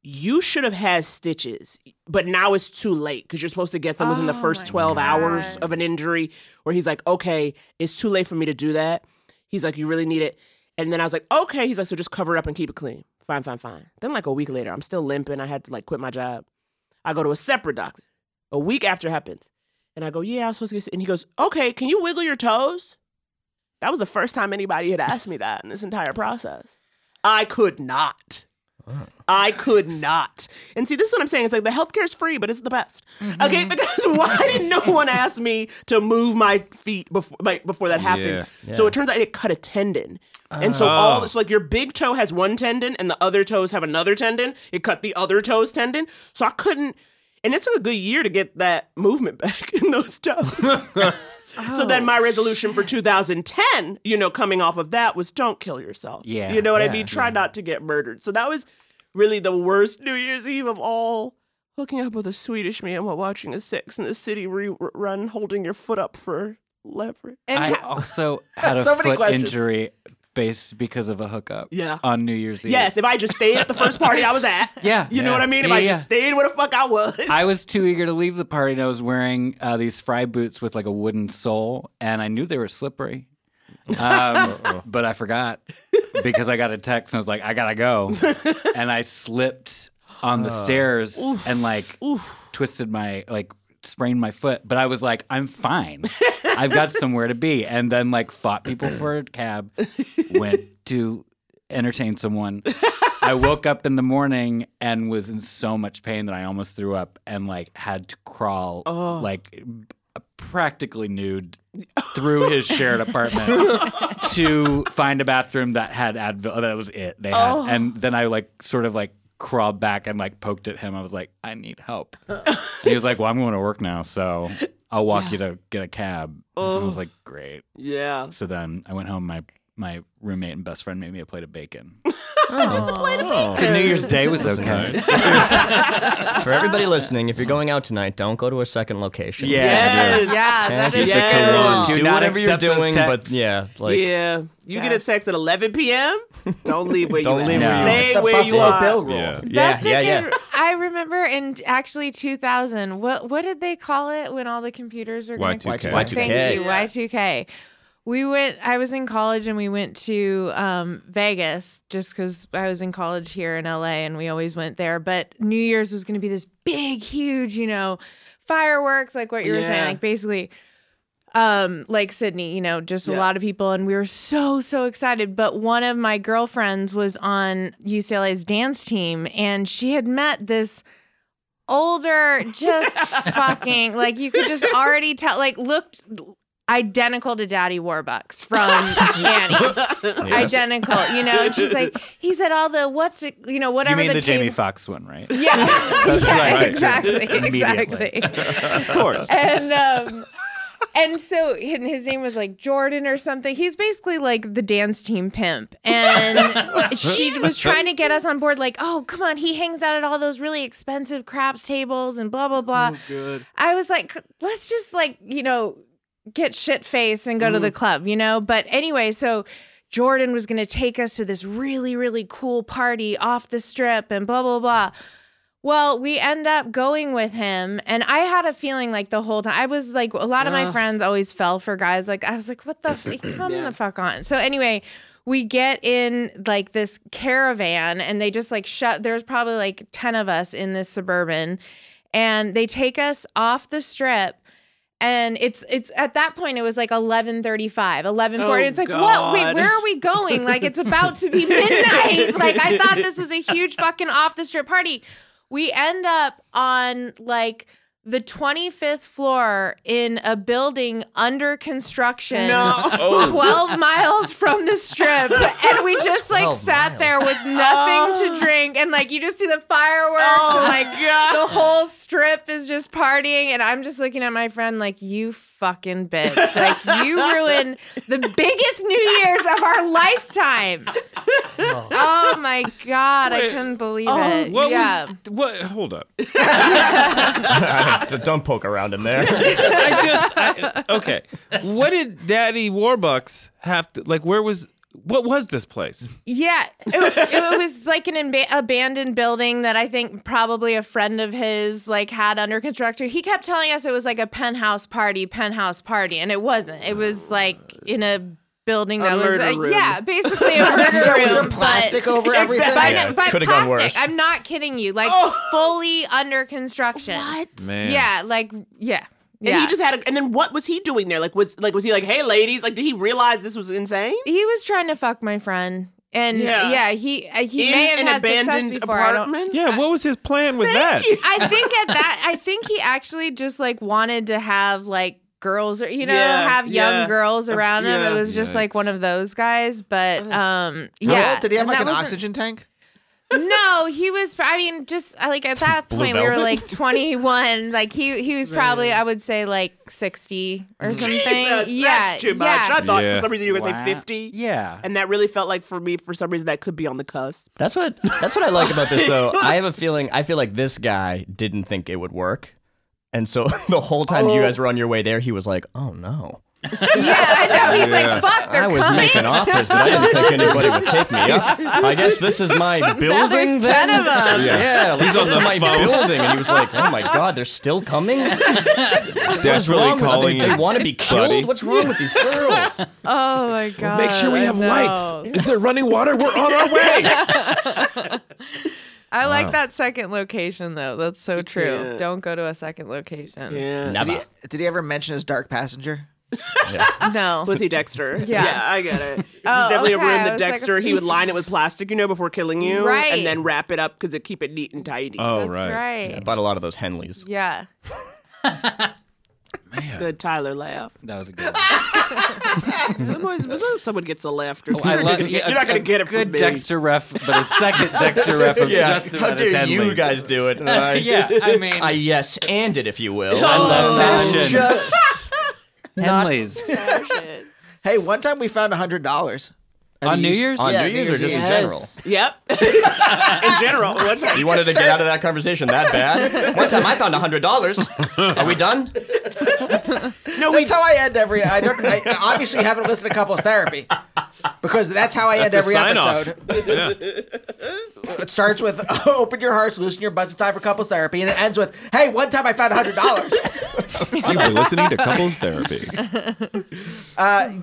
Speaker 6: You should have had stitches, but now it's too late because you're supposed to get them within the first 12 hours of an injury. Where he's like, okay, it's too late for me to do that. He's like, you really need it. And then I was like, okay. He's like, so just cover it up and keep it clean. Fine, fine, fine. Then like a week later, I'm still limping. I had to like quit my job. I go to a separate doctor. A week after it happens. And I go, yeah, I'm supposed to get And he goes, okay, can you wiggle your toes? That was the first time anybody had asked me that in this entire process. I could not. I could not. And see, this is what I'm saying. It's like the healthcare is free, but it's the best. Okay, because why did no one ask me to move my feet before like, before that happened? So it turns out it cut a tendon. And so all so like your big toe has one tendon and the other toes have another tendon. It cut the other toe's tendon. So I couldn't and it took a good year to get that movement back in those toes.
Speaker 9: Oh.
Speaker 6: So then
Speaker 8: Oh,
Speaker 6: my resolution for 2010, you know, coming off of that was don't kill yourself.
Speaker 8: Yeah,
Speaker 6: You know what I
Speaker 9: yeah,
Speaker 6: mean? Try
Speaker 9: yeah.
Speaker 6: not to get murdered. So that was really the worst New Year's Eve of all. Hooking up with a Swedish man while watching a Sex in the City rerun, holding your foot up for leverage.
Speaker 7: And
Speaker 8: I
Speaker 7: ha-
Speaker 8: also had a
Speaker 5: So many
Speaker 8: foot
Speaker 5: questions.
Speaker 8: injury based because of a hookup.
Speaker 6: Yeah.
Speaker 8: On New Year's Eve.
Speaker 6: Yes, if I just stayed at the first party I was at.
Speaker 8: Yeah.
Speaker 6: You know
Speaker 8: Yeah.
Speaker 6: what I mean? If
Speaker 8: Yeah,
Speaker 6: I
Speaker 8: yeah.
Speaker 6: just stayed where the fuck I was.
Speaker 8: I was too eager to leave the party, and I was wearing uh, these fry boots with like a wooden sole, and I knew they were slippery, um, but I forgot because I got a text and I was like, "I gotta go," and I slipped on the stairs and like twisted my like sprained my foot, but I was like, "I'm fine. I've got somewhere to be," and then like fought people for a cab, went to entertain someone. I woke up in the morning and was in so much pain that I almost threw up and like had to crawl like b- practically nude through his shared apartment to find a bathroom that had Advil. That was it. They had, and then I like sort of like crawled back and like poked at him. I was like, I need help. and he was like, Well, I'm going to work now, so I'll walk you to get a cab. And I
Speaker 7: Oh.
Speaker 8: was like, Great.
Speaker 6: Yeah.
Speaker 8: So then I went home. My my roommate and best friend made me a plate of bacon. Oh. So New Year's Day was okay.
Speaker 9: For everybody listening, if you're going out tonight, don't go to a second location.
Speaker 8: Yeah.
Speaker 6: Yes.
Speaker 7: Yeah,
Speaker 9: Okay,
Speaker 7: that
Speaker 9: keep
Speaker 7: is
Speaker 9: it to
Speaker 6: true.
Speaker 9: one. Do
Speaker 8: Do not
Speaker 9: whatever you're
Speaker 8: accept those
Speaker 9: doing, but
Speaker 8: texts.
Speaker 9: yeah, like
Speaker 6: yeah. You get a text at 11 p.m. Don't leave where
Speaker 9: Don't
Speaker 6: you
Speaker 9: leave
Speaker 6: at.
Speaker 8: where you
Speaker 6: Stay
Speaker 5: the
Speaker 6: where you
Speaker 5: Buffalo
Speaker 6: are.
Speaker 5: Bill rule.
Speaker 2: Yeah.
Speaker 9: yeah,
Speaker 7: That's
Speaker 9: yeah,
Speaker 7: like
Speaker 9: yeah.
Speaker 7: in- I remember in actually 2000. What what did they call it when all the computers were going
Speaker 2: Y2K.
Speaker 5: Y2K.
Speaker 7: Thank you, Y2K. We went. I was in college and we went to um, Vegas just because I was in college here in LA and we always went there. But New Year's was going to be this big, huge, you know, fireworks like what you were saying,
Speaker 6: Yeah.
Speaker 7: like basically um like sydney you know just a lot of people and we were so so excited but one of my girlfriends was on ucla's dance team and she had met this older just fucking like you could just already tell like looked identical to daddy warbucks from annie
Speaker 9: Yes.
Speaker 7: identical you know and she's like he's at all the what's it, you know
Speaker 8: You
Speaker 7: whatever
Speaker 8: mean the,
Speaker 7: the, team-
Speaker 8: Jamie Foxx one, right?
Speaker 7: yeah, yeah
Speaker 8: right.
Speaker 7: exactly
Speaker 8: Immediately.
Speaker 7: exactly
Speaker 2: Of course.
Speaker 7: and um and so and his name was like Jordan or something. He's basically like the dance team pimp. And she was trying to get us on board, like, oh come on, he hangs out at all those really expensive craps tables and blah blah
Speaker 6: Oh,
Speaker 7: blah. I was like, let's just like, you know, get shit faced and go to the club, you know? But anyway, so Jordan was gonna take us to this really, really cool party off the strip and blah blah blah. Well, we end up going with him, and I had a feeling like the whole time I was like, a lot of my friends always fell for guys. Like I was like, what the f- come the fuck on. So anyway, we get in like this caravan, and they just like shut. There's probably like ten of us in this suburban, and they take us off the strip. And it's it's at that point it was like 11:35, 11:40.
Speaker 6: Oh,
Speaker 7: it's like, "What? Wait,
Speaker 6: God.
Speaker 7: where are we going? Like it's about to be midnight. like I thought this was a huge fucking off the strip party. We end up on like the 25th floor in a building under construction,
Speaker 9: Oh.
Speaker 6: Oh.
Speaker 7: 12 miles from the strip. And we just
Speaker 6: Oh,
Speaker 7: like
Speaker 9: 12
Speaker 7: sat
Speaker 9: miles.
Speaker 7: there with nothing
Speaker 2: Oh.
Speaker 7: to drink. And like you just see the fireworks and like the whole strip is just partying. And I'm just looking at my friend like, you fucking bitch. Like you ruined the biggest New Year's of our lifetime. Oh, my God. I couldn't believe
Speaker 6: Oh,
Speaker 7: it.
Speaker 2: Oh, What
Speaker 7: yeah.
Speaker 2: was what? Hold up.
Speaker 9: So don't poke around in there.
Speaker 2: I just I, okay. What did Daddy Warbucks have to like? Where was what was this place?
Speaker 7: Yeah, it, it was like an imba- abandoned building that I think probably a friend of his like had under construction. He kept telling us it was like a penthouse party, penthouse party, and it wasn't. It was like in a building that was
Speaker 6: Oh, murder
Speaker 7: uh,
Speaker 6: room.
Speaker 7: yeah, basically a murder
Speaker 5: Yeah,
Speaker 7: room.
Speaker 5: was there
Speaker 7: but-
Speaker 5: plastic over everything?
Speaker 7: But,
Speaker 9: Yeah,
Speaker 7: no- but
Speaker 9: could've gone
Speaker 7: plastic.
Speaker 9: worse.
Speaker 7: I'm not kidding you. Like
Speaker 6: Oh.
Speaker 7: fully under construction. What?
Speaker 2: Man.
Speaker 7: Yeah, like yeah, yeah.
Speaker 6: And he just had a, and then what was he doing there? Like was like was he like, hey ladies, like did he realize this was insane?
Speaker 7: he was trying to fuck my friend. And
Speaker 6: Yeah.
Speaker 7: yeah, he uh, he
Speaker 6: In
Speaker 7: may have
Speaker 6: an
Speaker 7: had
Speaker 6: abandoned
Speaker 7: success before. I don't-
Speaker 6: apartment?
Speaker 2: Yeah, what was his plan with that?
Speaker 7: I think at that, I think he actually just like wanted to have like girls or you know
Speaker 6: Yeah,
Speaker 7: have young
Speaker 6: yeah.
Speaker 7: girls around him.
Speaker 6: yeah.
Speaker 7: It was just like one of those guys, but um,
Speaker 5: How
Speaker 7: yeah.
Speaker 5: old- Did he have
Speaker 7: And
Speaker 5: like
Speaker 7: that
Speaker 5: an
Speaker 7: wasn't-
Speaker 5: oxygen tank?
Speaker 7: No, he was. I mean, just I- like at that point, we were
Speaker 9: Velvet?
Speaker 7: like twenty one. Like he he was probably I would say like sixty or something.
Speaker 6: Jesus,
Speaker 7: yeah,
Speaker 6: that's too much. I
Speaker 7: Yeah.
Speaker 6: thought
Speaker 2: Yeah.
Speaker 6: for some reason you were gonna
Speaker 8: Wow.
Speaker 6: say fifty.
Speaker 8: Yeah.
Speaker 6: And that really felt like for me, for some reason, that could be on the cusp.
Speaker 9: That's what that's what I like about this though. I have a feeling I feel like this guy didn't think it would work. And so the whole time
Speaker 2: Oh.
Speaker 9: you guys were on your way there, he was like, "Oh no,
Speaker 7: yeah, I know. He's
Speaker 2: Yeah.
Speaker 7: like, fuck, they're
Speaker 9: I was
Speaker 7: coming.
Speaker 9: making offers, but I didn't think anybody would take me up. I guess this is my building
Speaker 7: There's
Speaker 9: then."
Speaker 7: ten of them.
Speaker 9: Yeah,
Speaker 2: He's
Speaker 9: listen
Speaker 2: on the
Speaker 9: to my
Speaker 2: phone.
Speaker 9: building, and he was like, "Oh my god, they're still coming." What's
Speaker 2: Desperately
Speaker 9: wrong with them?
Speaker 2: calling
Speaker 9: They,
Speaker 2: his
Speaker 9: want to be killed.
Speaker 2: buddy.
Speaker 9: What's wrong with these girls?
Speaker 7: Oh my god.
Speaker 2: Make sure we
Speaker 7: I
Speaker 2: have
Speaker 7: know.
Speaker 2: lights. Is there running water? We're on our way.
Speaker 7: I like that second location though. That's so true. Don't go to a second location.
Speaker 6: Yeah.
Speaker 9: Never.
Speaker 5: Did he ever mention his dark passenger?
Speaker 7: Ah. No.
Speaker 6: Was he Dexter?
Speaker 7: Yeah. Oh,
Speaker 6: I get it. It's definitely
Speaker 7: okay,
Speaker 6: a room
Speaker 7: I
Speaker 6: that
Speaker 7: was like, "Hmm."
Speaker 6: Dexter, he would line it with plastic, you know, before killing you.
Speaker 7: Right.
Speaker 6: And then wrap it up because it keep it neat and tidy.
Speaker 2: Oh
Speaker 7: That's right.
Speaker 9: I bought a lot of those Henleys.
Speaker 7: Yeah.
Speaker 6: good Tyler laugh.
Speaker 8: That was a good.
Speaker 6: That noise- Someone gets a laughter.
Speaker 8: Oh, I
Speaker 6: you're, not
Speaker 8: love-
Speaker 6: gonna get-
Speaker 8: yeah,
Speaker 6: you're not
Speaker 8: a-
Speaker 6: gonna
Speaker 8: a
Speaker 6: get it
Speaker 8: good
Speaker 6: from me.
Speaker 8: Dexter ref, but a second Dexter ref of just
Speaker 9: How
Speaker 8: about as
Speaker 9: dare you
Speaker 8: endless.
Speaker 9: guys do it?
Speaker 8: yeah, I mean, Oh,
Speaker 9: I yes and it, if you will.
Speaker 8: I love fashion.
Speaker 10: Just
Speaker 8: Henleys.
Speaker 5: Hey, one time we found hundred dollars.
Speaker 8: on New Year's.
Speaker 9: on
Speaker 5: Yeah,
Speaker 9: New Year's or just in general?
Speaker 6: Yes. Yep. in general. What's
Speaker 9: You wanted to get out of that conversation that bad. One time I found hundred dollars. Are we done?
Speaker 6: no, we
Speaker 5: That's how I end every. I don't. I obviously haven't listened to couples therapy because that's how I end
Speaker 2: That's a
Speaker 5: every
Speaker 2: sign-off.
Speaker 5: episode. It starts with open your hearts, loosen your butts. It's time for couples therapy, and it ends with, "Hey, one time I found hundred dollars."
Speaker 2: You've been listening to couples therapy.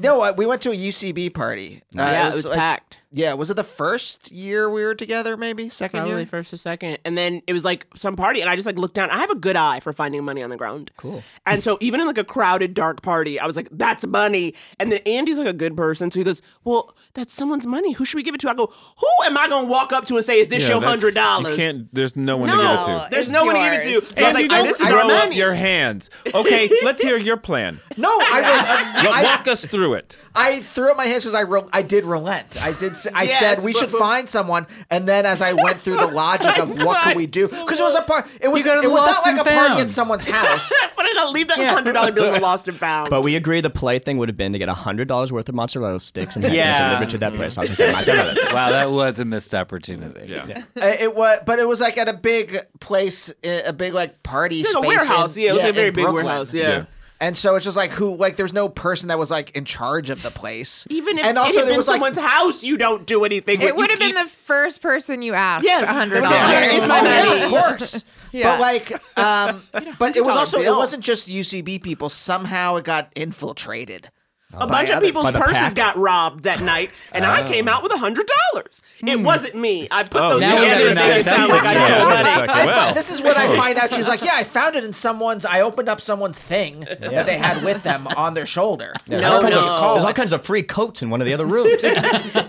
Speaker 5: No, uh, we went to a UCB party. Uh,
Speaker 6: Yeah, it was
Speaker 5: like-
Speaker 6: packed.
Speaker 5: Yeah, was it the first year we were together? Maybe second
Speaker 6: Probably
Speaker 5: year.
Speaker 6: first or second. And then it was like some party and I just like looked down. I have a good eye for finding money on the ground. Cool. And so even in like a crowded dark party, I was like, that's money. And then Andy's like a good person. So he goes, Well, that's someone's money. Who should we give it to? I go, Who am I gonna walk up to and say, Is this
Speaker 2: Yeah,
Speaker 6: your
Speaker 2: that's-
Speaker 6: hundred dollars?
Speaker 2: You can't. There's no one to give it to.
Speaker 7: No.
Speaker 6: There's
Speaker 7: It's
Speaker 6: no one to give it
Speaker 7: yours.
Speaker 6: to. So I was
Speaker 2: Andy,
Speaker 6: like,
Speaker 2: don't
Speaker 6: this is our
Speaker 2: throw up
Speaker 6: money.
Speaker 2: your hands. Okay, let's hear your plan.
Speaker 5: No, I was. um,
Speaker 2: Wa-
Speaker 5: I-
Speaker 2: Walk us through it.
Speaker 5: I threw up my hands because I re- I did relent. I did. s- I
Speaker 6: Yes,
Speaker 5: said we
Speaker 6: but-
Speaker 5: should
Speaker 6: but-
Speaker 5: find someone, and then as I went through the logic of what could we do, because it was a part. It was.
Speaker 8: You gotta
Speaker 5: It was not
Speaker 8: lost
Speaker 5: like
Speaker 8: and
Speaker 5: a party at
Speaker 8: found.
Speaker 5: someone's house.
Speaker 6: but then I'll leave that hundred dollar bill in the lost and found.
Speaker 9: But we agree the polite thing would have been to get hundred dollars worth of mozzarella sticks and have
Speaker 8: Yeah.
Speaker 9: yeah. delivered to that place. I was gonna say mozzarella.
Speaker 8: wow, that was a missed opportunity. Yeah.
Speaker 5: Uh, it was, but it was like at a big place, uh, a big like party.
Speaker 6: There's a
Speaker 5: space
Speaker 6: warehouse.
Speaker 5: in-
Speaker 6: yeah, it was a
Speaker 5: in
Speaker 6: very big
Speaker 5: Brooklyn.
Speaker 6: warehouse. Yeah.
Speaker 2: Yeah.
Speaker 5: And so it's just like who, like there was no person that was like in charge of the place.
Speaker 6: Even if
Speaker 5: and
Speaker 6: it
Speaker 5: also
Speaker 6: had
Speaker 5: there
Speaker 6: been
Speaker 5: was
Speaker 6: someone's
Speaker 5: like.
Speaker 6: house, you don't do anything. with.
Speaker 7: It would
Speaker 6: You
Speaker 7: have been
Speaker 6: keep-
Speaker 7: the first person you asked.
Speaker 6: Yes,
Speaker 7: hundred
Speaker 6: that
Speaker 5: Yeah,
Speaker 6: would've
Speaker 7: dollars.
Speaker 6: been-
Speaker 5: it's-
Speaker 6: Yeah.
Speaker 5: oh,
Speaker 6: Yeah.
Speaker 5: yeah, of course.
Speaker 7: Yeah.
Speaker 5: But like, um, but it was
Speaker 6: $100
Speaker 5: also it
Speaker 6: bill.
Speaker 5: wasn't just UCB people. Somehow it got infiltrated.
Speaker 6: A bunch of
Speaker 5: other-
Speaker 6: people's
Speaker 9: by the
Speaker 6: purses
Speaker 9: pack.
Speaker 6: got robbed that night, and I
Speaker 5: Oh.
Speaker 6: came out with a hundred dollars.
Speaker 5: Hmm.
Speaker 6: It wasn't me. I put those
Speaker 8: now
Speaker 6: together
Speaker 8: it's
Speaker 6: to
Speaker 8: gonna
Speaker 6: make it
Speaker 8: sound
Speaker 6: sound like I
Speaker 8: like
Speaker 6: stole
Speaker 8: yeah.
Speaker 6: money.
Speaker 2: Second.
Speaker 5: I
Speaker 2: Well,
Speaker 5: fi- this is what I find out. She's like, yeah, I found it in someone's. I opened up someone's thing that they had with them on their shoulder.
Speaker 9: There's all kinds of-
Speaker 6: no.
Speaker 9: There's all kinds of free coats in one of the other rooms.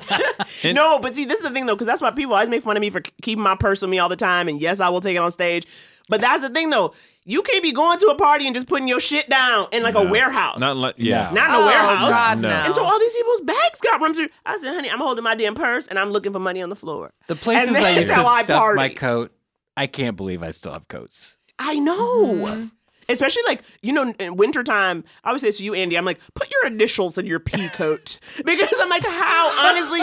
Speaker 6: no, but see, this is the thing though, because that's why people always make fun of me for k- keeping my purse with me all the time. And yes, I will take it on stage, but that's the thing though. You can't be going to a party and just putting your shit down in like a warehouse,
Speaker 2: Not like yeah.
Speaker 6: not in a
Speaker 7: Oh,
Speaker 6: warehouse.
Speaker 7: God,
Speaker 2: No.
Speaker 7: no.
Speaker 6: And so all these people's bags got run through. I said, honey, I'm holding my damn purse and I'm looking for money on the floor.
Speaker 8: The places
Speaker 6: And
Speaker 8: I
Speaker 6: that's
Speaker 8: used to
Speaker 6: how I
Speaker 8: stuff
Speaker 6: party.
Speaker 8: my coat, I can't believe I still have coats.
Speaker 6: I know. Especially like, you know, in wintertime, I always say to you, Andy, I'm like, put your initials in your pea coat. because I'm like, how? Honestly,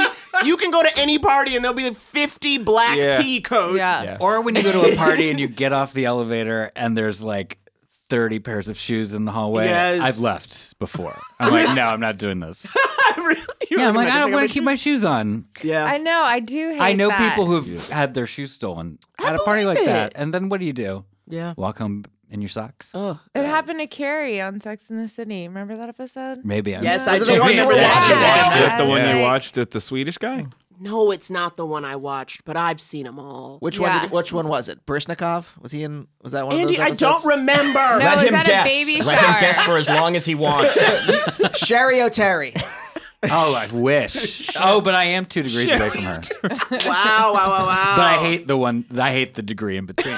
Speaker 6: you can go to any party and there'll be 50 black
Speaker 2: Yeah.
Speaker 6: pea coats.
Speaker 7: Yeah.
Speaker 8: Or when you go to a party and you get off the elevator and there's like 30 pairs of shoes in the hallway.
Speaker 6: Yes.
Speaker 8: I've left before. I'm like, no, I'm not doing this.
Speaker 6: Really? You
Speaker 8: Yeah, I'm like,
Speaker 6: recommend
Speaker 8: I don't
Speaker 6: checking
Speaker 8: want
Speaker 6: out
Speaker 8: to keep my shoes on.
Speaker 6: shoes? Yeah.
Speaker 7: I know. I do. Hate
Speaker 8: I know
Speaker 7: that.
Speaker 8: people who've had their shoes stolen at a party
Speaker 6: believe
Speaker 8: like that.
Speaker 6: it.
Speaker 8: And then what do you do?
Speaker 6: Yeah.
Speaker 8: Walk home in your socks?
Speaker 7: It happened to Carrie on Sex in the City. Remember that episode?
Speaker 8: Maybe. I'm
Speaker 6: Yes,
Speaker 5: Those
Speaker 6: I
Speaker 5: are the
Speaker 6: do
Speaker 5: ones you
Speaker 6: "Oh, remember
Speaker 5: were
Speaker 6: that.
Speaker 5: watching.
Speaker 2: Is that the one you
Speaker 7: Like-
Speaker 2: watched at the Swedish guy?
Speaker 6: No, it's not the one I watched, but I've seen them all.
Speaker 5: Which
Speaker 7: Yeah.
Speaker 5: one? Did, which one was it? Brishnikov? Was he in? Was that one
Speaker 6: Andy,
Speaker 5: of
Speaker 6: I
Speaker 5: those?
Speaker 6: don't remember.
Speaker 7: No,
Speaker 9: Let
Speaker 7: is
Speaker 9: him
Speaker 7: that a
Speaker 9: guess.
Speaker 7: baby
Speaker 9: Let
Speaker 7: shower?
Speaker 9: him guess for as long as he wants.
Speaker 5: remember. Sherry O'Terry.
Speaker 8: Oh, I wish. Oh, but I am two degrees away from her.
Speaker 6: Wow, wow, wow, wow.
Speaker 8: But I hate the one. I hate the degree in between.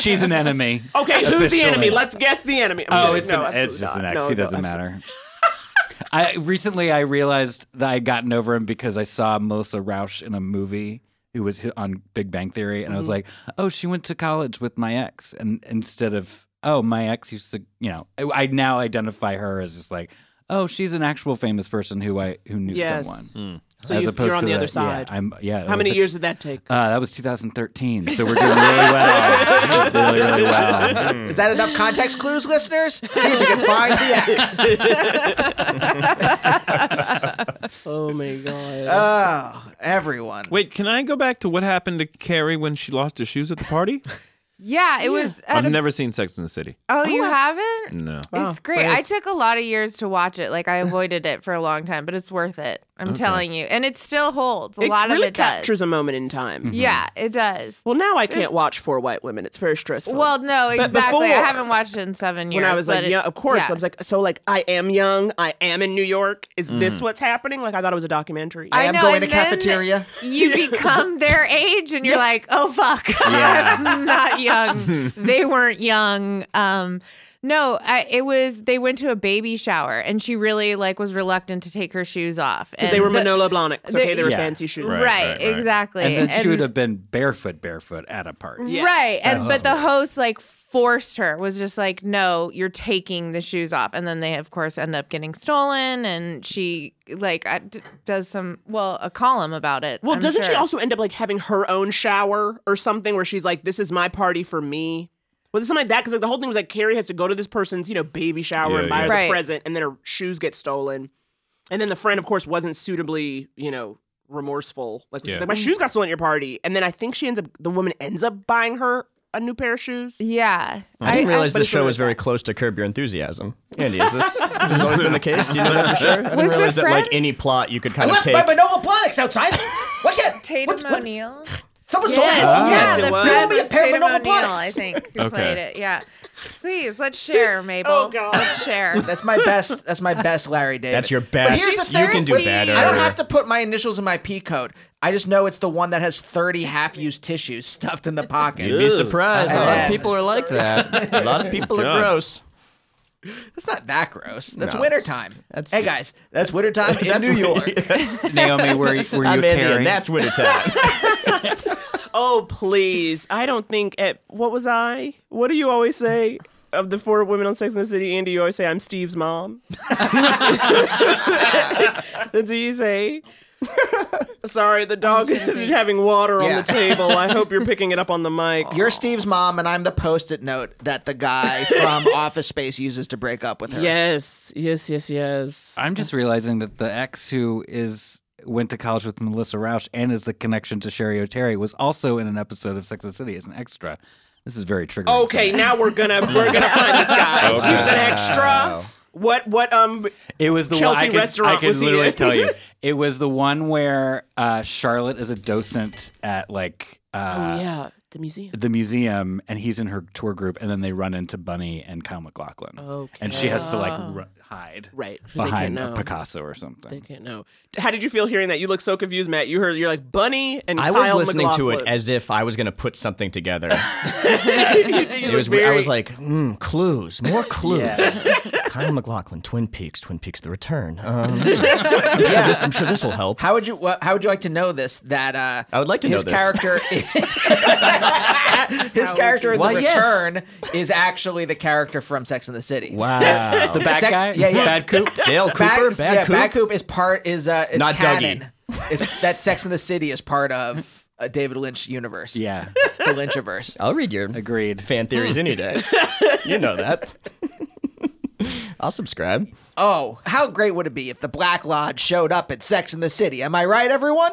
Speaker 8: She's an enemy.
Speaker 6: Okay, who's the
Speaker 8: Officially.
Speaker 6: enemy? Let's guess the enemy. I'm
Speaker 8: Oh,
Speaker 6: kidding.
Speaker 8: it's
Speaker 6: No,
Speaker 8: an, it's
Speaker 6: absolutely
Speaker 8: just an
Speaker 6: not.
Speaker 8: ex.
Speaker 6: No,
Speaker 8: he
Speaker 6: no,
Speaker 8: doesn't
Speaker 6: absolutely-
Speaker 8: matter. I recently I realized that I'd gotten over him because I saw Melissa Rauch in a movie who was hi- on Big Bang Theory, and I was
Speaker 6: Mm-hmm.
Speaker 8: like, oh, she went to college with my ex, and instead of oh, my ex used to, you know, I, I now identify her as just like. Oh, she's an actual famous person who I who knew
Speaker 6: Yes.
Speaker 8: someone.
Speaker 6: So you've- you're on the other side.
Speaker 8: Yeah, I'm, yeah,
Speaker 6: How many
Speaker 8: it's a-
Speaker 6: years did that take?
Speaker 8: Uh, that was 2013, so we're doing really well. really, really well.
Speaker 5: Is that enough context clues, listeners? See if you can find the X.
Speaker 6: Oh my god.
Speaker 5: Oh, everyone.
Speaker 2: Wait, can I go back to what happened to Carrie when she lost her shoes at the party?
Speaker 7: Yeah, it was. At
Speaker 2: I've
Speaker 7: a,
Speaker 2: never seen Sex in the City.
Speaker 7: oh, you haven't?
Speaker 2: No.
Speaker 7: It's great. I took a lot of years to watch it. Like I avoided it for a long time, but it's worth it. I'm telling you, and it still holds. A lot
Speaker 6: really
Speaker 7: of it
Speaker 6: captures
Speaker 7: does.
Speaker 6: a moment in time.
Speaker 7: Yeah, it does.
Speaker 6: Well, now I can't watch four white women. It's very stressful.
Speaker 7: Well, no, exactly. I
Speaker 6: before-
Speaker 7: haven't watched it in seven years.
Speaker 6: when I was like,
Speaker 7: but it-
Speaker 6: young, of course,
Speaker 7: yeah.
Speaker 6: I was like, so like I am young. I am in New York. Is this what's happening? Like I thought it was a documentary.
Speaker 5: Mm. I
Speaker 7: I
Speaker 5: am
Speaker 7: know,
Speaker 5: going
Speaker 7: and
Speaker 5: to
Speaker 7: then
Speaker 5: cafeteria.
Speaker 7: You become their age, and you're like, oh fuck, I'm not young. they weren't young. Um, no, I, it was they went to a baby shower, and she really like was reluctant to take her shoes off.
Speaker 6: Because they were
Speaker 7: And the-
Speaker 6: Manolo Blahniks. Okay,
Speaker 7: the-
Speaker 6: they were
Speaker 8: Yeah.
Speaker 6: fancy shoes.
Speaker 7: Right,
Speaker 2: right, right.
Speaker 7: exactly.
Speaker 8: and then she would have been barefoot, barefoot at a party.
Speaker 7: Right. And but the host like forced her, was just like, No, you're taking the shoes off. And then they of course end up getting stolen and she like I- d- does some well, a column about it.
Speaker 6: Well,
Speaker 7: I'm
Speaker 6: doesn't she
Speaker 7: sure.
Speaker 6: also end up like having her own shower or something where she's like, "This is my party for me." Was it something like that? Because like the whole thing was like Carrie has to go to this person's you know baby shower
Speaker 2: Yeah,
Speaker 6: and buy her
Speaker 2: yeah.
Speaker 7: Right.
Speaker 6: the present, and then her shoes get stolen, and then the friend, of course, wasn't suitably you know remorseful. Like, she's
Speaker 2: Yeah.
Speaker 6: like my shoes got stolen at your party, and then I think she ends up the woman ends up buying her a new pair of shoes.
Speaker 7: Yeah.
Speaker 9: I didn't realize
Speaker 6: but
Speaker 9: this
Speaker 6: it's
Speaker 9: show
Speaker 6: really
Speaker 9: was very close to Curb Your Enthusiasm. Andy, is this, has this always been the case? Do you know that for sure? I didn't
Speaker 7: Was there
Speaker 9: realize that
Speaker 7: Fred?
Speaker 9: like any plot you could
Speaker 5: I
Speaker 9: kind of
Speaker 5: left
Speaker 9: take.
Speaker 5: my Manolo Blahniks outside. What's that?
Speaker 7: Tatum
Speaker 5: What- what-
Speaker 7: O'Neill.
Speaker 5: Someone sold
Speaker 7: Yes,
Speaker 5: me.
Speaker 6: Ah.
Speaker 5: one.
Speaker 7: yeah, the
Speaker 6: it was.
Speaker 7: friend
Speaker 5: You owe me a
Speaker 7: was
Speaker 5: pair of
Speaker 7: Tatum
Speaker 5: Manolo
Speaker 7: O'Neill, I
Speaker 5: Blahniks.
Speaker 7: think, who
Speaker 2: Okay.
Speaker 7: played it. Yeah. Please, let's share, Mabel.
Speaker 6: Oh, God.
Speaker 7: Let's share.
Speaker 5: That's my best. That's my best, Larry David.
Speaker 9: That's your
Speaker 5: But
Speaker 9: best.
Speaker 5: here's the
Speaker 9: You can do
Speaker 5: thirsty-
Speaker 9: better.
Speaker 5: I don't have to put my initials in my P code. I just know it's the one that has 30 half-used tissues stuffed in the
Speaker 9: You'd
Speaker 5: pockets.
Speaker 9: be surprised. A
Speaker 5: And
Speaker 9: lot of
Speaker 5: then-
Speaker 9: people are like that. A lot of people are
Speaker 2: God.
Speaker 9: gross.
Speaker 5: That's not that gross. That's
Speaker 9: No.
Speaker 5: wintertime.
Speaker 9: That's-
Speaker 5: hey guys, that's wintertime in
Speaker 9: That's
Speaker 5: New
Speaker 9: what-
Speaker 5: York.
Speaker 8: Naomi, were, were you
Speaker 9: I'm Andy,
Speaker 8: caring?
Speaker 9: and that's what it's at.
Speaker 6: Oh please! I don't think at what was I? What do you always say of the four women on Sex in the City? Andy, you always say I'm Steve's mom. That's what you say. Sorry, the dog is having water
Speaker 5: Yeah.
Speaker 6: on the table. I hope you're picking it up on the mic.
Speaker 5: You're Steve's mom, and I'm the post-it note that the guy from Office Space uses to break up with her.
Speaker 6: yes, yes, yes, yes.
Speaker 8: I'm just realizing that the ex who is went to college with Melissa Rauch and is the connection to Sherry O'Terry was also in an episode of Sex and the City as an extra. This is very triggering. for
Speaker 6: Okay,
Speaker 8: me.
Speaker 6: now we're gonna we're gonna find this guy.
Speaker 2: Okay.
Speaker 6: He was an extra. What what um
Speaker 8: It was the
Speaker 6: Chelsea
Speaker 8: one, I could,
Speaker 6: restaurant
Speaker 8: I could
Speaker 6: was he
Speaker 8: literally
Speaker 6: in?
Speaker 8: tell you. It was the one where uh, Charlotte is a docent at like uh,
Speaker 6: Oh, Yeah, the museum.
Speaker 8: the museum, and he's in her tour group, and then they run into Bunny and Kyle McLaughlin, and she has to like ru- hide
Speaker 6: Right. 'cause they can't
Speaker 8: behind a
Speaker 6: know.
Speaker 8: Picasso or
Speaker 6: They
Speaker 8: something.
Speaker 6: can't know. How did you feel hearing that? You look so confused, Matt. You heard you're like Bunny and
Speaker 9: I
Speaker 6: Kyle
Speaker 9: was listening to
Speaker 6: MacLachlan.
Speaker 9: it as if I was going to put something together.
Speaker 6: You
Speaker 9: It
Speaker 6: look
Speaker 9: was. weird. I
Speaker 6: very-
Speaker 9: was like, mm, clues, more clues. Kyle McLaughlin, Twin Peaks, Twin Peaks: The Return. Um, I'm, sure this, I'm sure this will help.
Speaker 5: How would you? What, how would you like to know this? That uh,
Speaker 9: I would like to
Speaker 5: his
Speaker 9: know this.
Speaker 5: character. his character in
Speaker 9: Why,
Speaker 5: the
Speaker 9: yes.
Speaker 5: return is actually the character from Sex and the City.
Speaker 9: Wow.
Speaker 8: The bad
Speaker 5: Sex-
Speaker 8: guy,
Speaker 5: yeah, yeah.
Speaker 8: bad coop.
Speaker 9: Dale Cooper,
Speaker 5: Back-
Speaker 9: bad
Speaker 5: yeah,
Speaker 9: Coop?
Speaker 5: Bad Coop is part is uh, it's
Speaker 9: Not Dougie.
Speaker 5: canon. It's, that Sex and the City is part of uh, David Lynch universe.
Speaker 8: Yeah,
Speaker 5: the Lynchiverse.
Speaker 9: I'll read your
Speaker 8: agreed.
Speaker 9: fan theories any day. you know that. I'll subscribe.
Speaker 5: Oh, how great would it be if the Black Lodge showed up at Sex and the City? Am I right, everyone?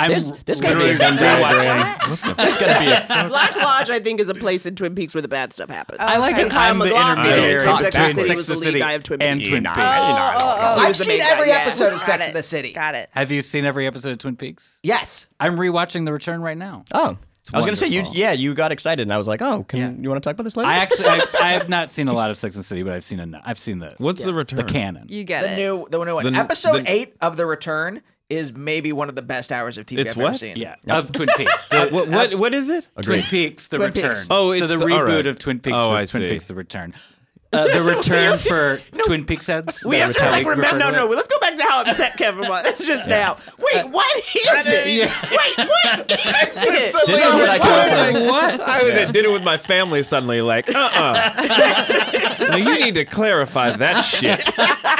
Speaker 8: I'm
Speaker 9: There's, there's gonna be a Venn diagram. There's gonna be a
Speaker 6: Black Lodge, I think, is a place in Twin Peaks where the bad stuff happens.
Speaker 8: I like that
Speaker 6: Kyle
Speaker 8: I'm the
Speaker 6: MacLachlan
Speaker 8: intermediary
Speaker 6: in Sex and the
Speaker 8: between
Speaker 6: City
Speaker 8: Sex
Speaker 6: was
Speaker 8: and
Speaker 6: the
Speaker 8: the
Speaker 6: lead
Speaker 8: City
Speaker 6: guy of Twin
Speaker 8: and
Speaker 6: Peaks.
Speaker 8: Twin
Speaker 9: Nah.
Speaker 8: Peaks.
Speaker 5: I've
Speaker 6: was the
Speaker 5: seen
Speaker 6: main guy,
Speaker 5: every
Speaker 6: yeah.
Speaker 5: episode of
Speaker 7: Oh, Got
Speaker 5: Sex
Speaker 7: it.
Speaker 5: and the City.
Speaker 7: Got it.
Speaker 8: Have you seen every episode of Twin Peaks?
Speaker 5: Yes.
Speaker 8: I'm rewatching The Return right now.
Speaker 9: Oh. I was gonna say you
Speaker 8: wonderful.
Speaker 9: yeah, you got excited and I was like, Oh, can
Speaker 8: Yeah.
Speaker 9: you wanna talk about this later?
Speaker 8: I actually, I, I have not seen a lot of Sex and the City, but I've seen enough. I've seen the
Speaker 2: What's the return?
Speaker 8: the canon.
Speaker 7: You get
Speaker 5: The
Speaker 7: it.
Speaker 5: new, the new one.
Speaker 2: The new-
Speaker 5: Episode
Speaker 2: the-
Speaker 5: eight of The Return is maybe one of the best hours of TV
Speaker 2: It's
Speaker 5: I've ever
Speaker 2: what?
Speaker 5: seen.
Speaker 8: yeah, of Twin Peaks. The,
Speaker 2: What, what, what is it?
Speaker 8: Twin Peaks, The
Speaker 5: Twin
Speaker 8: Return.
Speaker 5: Peaks.
Speaker 2: Oh,
Speaker 8: so
Speaker 2: it's
Speaker 8: the,
Speaker 2: the- all
Speaker 8: reboot
Speaker 2: right.
Speaker 8: of Twin Peaks
Speaker 2: Oh,
Speaker 8: was
Speaker 2: I
Speaker 8: Twin
Speaker 2: see.
Speaker 8: Peaks, The Return. Uh, the return for Twin Peaks heads.
Speaker 6: We
Speaker 8: That's
Speaker 6: have to
Speaker 8: how
Speaker 6: like remember.
Speaker 8: refer
Speaker 6: No,
Speaker 8: to
Speaker 6: no.
Speaker 8: it.
Speaker 6: Let's go back to how upset Kevin was. It's just now. Wait,
Speaker 9: Uh,
Speaker 6: what is it? Wait, what is it?
Speaker 9: This is what I talk about.
Speaker 2: What? I was at dinner with my family suddenly, like, uh uh now you need to clarify that shit.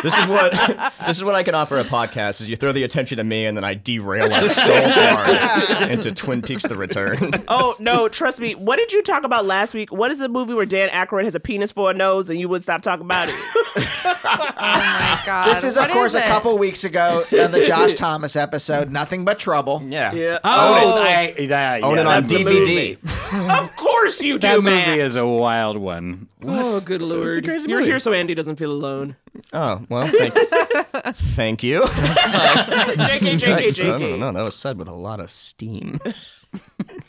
Speaker 9: This is what this is what I can offer a podcast is you throw the attention to me and then I derail us so far into Twin Peaks the Return.
Speaker 6: Oh no! Trust me. What did you talk about last week? What is the movie where Dan Aykroyd has a penis for a nose and you wouldn't stop talking about it?
Speaker 8: Oh
Speaker 7: my God.
Speaker 5: This is, of
Speaker 7: What
Speaker 5: course, a
Speaker 7: it?
Speaker 5: couple weeks ago on the Josh Thomas episode, Nothing But Trouble.
Speaker 9: Yeah.
Speaker 8: Oh, I, yeah,
Speaker 9: Own
Speaker 8: yeah,
Speaker 9: it on
Speaker 8: that's a
Speaker 9: DVD.
Speaker 6: of course you do,
Speaker 8: That
Speaker 6: man.
Speaker 8: movie is a wild one.
Speaker 6: Oh, good lord! You're here so Andy doesn't feel alone.
Speaker 9: Oh, well, thank you. Uh, thank you.
Speaker 6: JK, JK,
Speaker 9: Thanks. I
Speaker 6: JK.
Speaker 9: don't know. That was said with a lot of steam.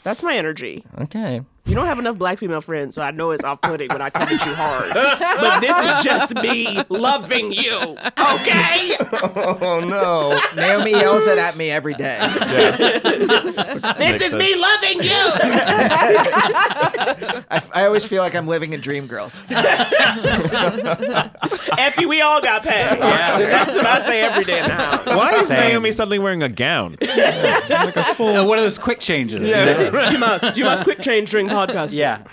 Speaker 6: That's my energy.
Speaker 9: Okay.
Speaker 6: You don't have enough black female friends, so I know it's off putting when I come at you hard. But this is just me loving you, okay?
Speaker 10: Oh no.
Speaker 5: Naomi yells it at me every day.
Speaker 6: This is me loving you.
Speaker 5: I, I always feel like I'm living in Dreamgirls.
Speaker 6: Effie, we all got paid. That's what I say every day now.
Speaker 2: Why is Naomi suddenly wearing a gown? like a
Speaker 8: Uh,
Speaker 2: full.
Speaker 8: one of those quick changes.
Speaker 6: You must. You must quick change during podcast.
Speaker 8: Yeah.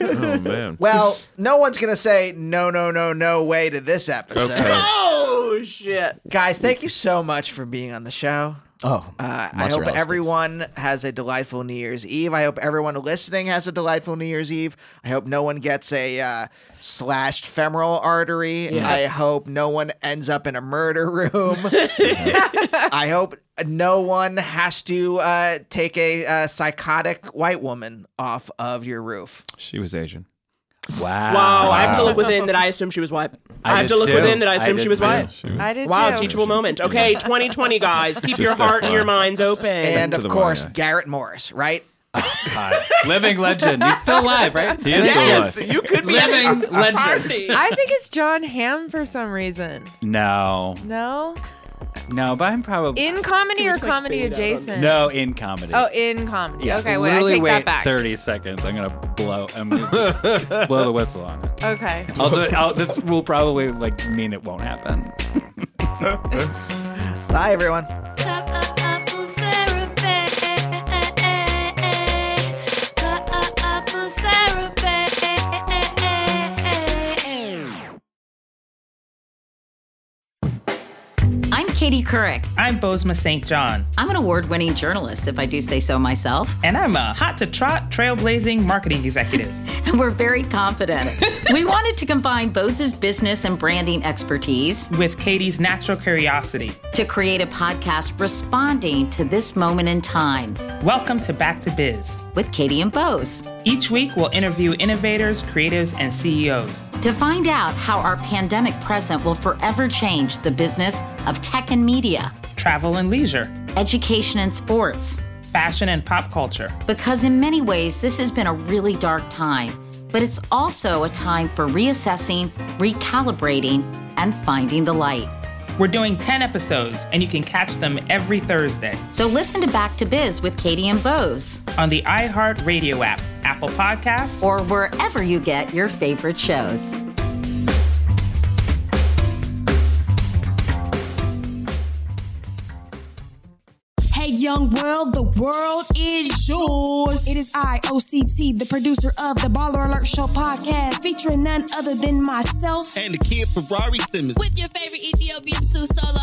Speaker 2: Oh man.
Speaker 5: Well, no one's gonna say no, no, no, no way to this episode,
Speaker 2: Okay.
Speaker 6: Oh shit.
Speaker 5: guys. Thank you so much for being on the show.
Speaker 9: Oh,
Speaker 5: Uh, I hope
Speaker 9: mozzarella sticks.
Speaker 5: everyone has a delightful New Year's Eve. I hope everyone listening has a delightful New Year's Eve. I hope no one gets a uh, slashed femoral artery. I hope no one ends up in a murder room. I hope no one has to uh, take a uh, psychotic white woman off of your roof.
Speaker 2: She was Asian.
Speaker 8: Wow.
Speaker 6: Wow, I have to look within that I assume she was white. I, have
Speaker 8: did
Speaker 6: to look
Speaker 8: too.
Speaker 6: within that I
Speaker 8: I
Speaker 6: assume
Speaker 8: did
Speaker 6: she was
Speaker 8: too.
Speaker 6: white.
Speaker 2: She was.
Speaker 7: I did
Speaker 6: Wow,
Speaker 7: too.
Speaker 6: teachable moment. Okay, 2020 guys, keep your heart and your minds open.
Speaker 5: And
Speaker 2: to
Speaker 5: of
Speaker 2: the
Speaker 5: course,
Speaker 2: Maya.
Speaker 5: Garrett Morris, right?
Speaker 8: Hi. Living legend. He's still alive, right?
Speaker 2: He is
Speaker 6: yes,
Speaker 2: still alive.
Speaker 6: you could be at
Speaker 8: Living
Speaker 6: this
Speaker 8: legend.
Speaker 6: party.
Speaker 7: I think it's John Hamm for some reason.
Speaker 8: No.
Speaker 7: No,
Speaker 8: No, but I'm probably
Speaker 7: in comedy or
Speaker 6: just, like,
Speaker 7: comedy
Speaker 6: fade out on-
Speaker 7: adjacent.
Speaker 8: no in comedy.
Speaker 7: Oh, in comedy.
Speaker 8: Yeah.
Speaker 7: Okay, wait. I
Speaker 8: Literally
Speaker 7: take
Speaker 8: wait
Speaker 7: that back.
Speaker 8: 30 seconds. I'm gonna blow. I'm gonna just blow the whistle on it.
Speaker 7: Okay.
Speaker 8: Also, I'll, this will probably like mean it won't happen.
Speaker 5: Bye, everyone.
Speaker 4: Cup of apples therapy. Cup of apples therapy.
Speaker 12: I'm Katie Couric.
Speaker 11: I'm Bozma St. John,
Speaker 12: I'm an award winning journalist, if I do say so myself,
Speaker 11: and I'm a hot to trot trailblazing marketing executive.
Speaker 12: and we're very confident. we wanted to combine Bose's business and branding expertise
Speaker 11: with Katie's natural curiosity.
Speaker 12: to create a podcast responding to this moment in time
Speaker 11: Welcome to Back to Biz.
Speaker 12: with Katie and Bose
Speaker 11: Each week, we'll interview innovators, creatives, and E CEOs.
Speaker 12: to find out how our pandemic present will forever change the business of tech and media,
Speaker 11: Travel and leisure,
Speaker 12: education and sports.
Speaker 11: fashion and pop culture.
Speaker 12: because in many ways this has been a really dark time, but it's also a time for reassessing, recalibrating, and finding the light.
Speaker 11: We're doing 10 episodes, and you can catch them every Thursday
Speaker 12: So listen to Back to Biz with Katie and Bose
Speaker 11: on the iHeartRadio app, Apple Podcasts,
Speaker 12: or wherever you get your favorite shows.
Speaker 4: Hey, young world, the world is yours. It is I, OCT, the producer of the Baller Alert Show podcast, featuring none other than myself
Speaker 11: and the kid Ferrari Simmons.
Speaker 4: with your favorite Ethiopian Sue Solo.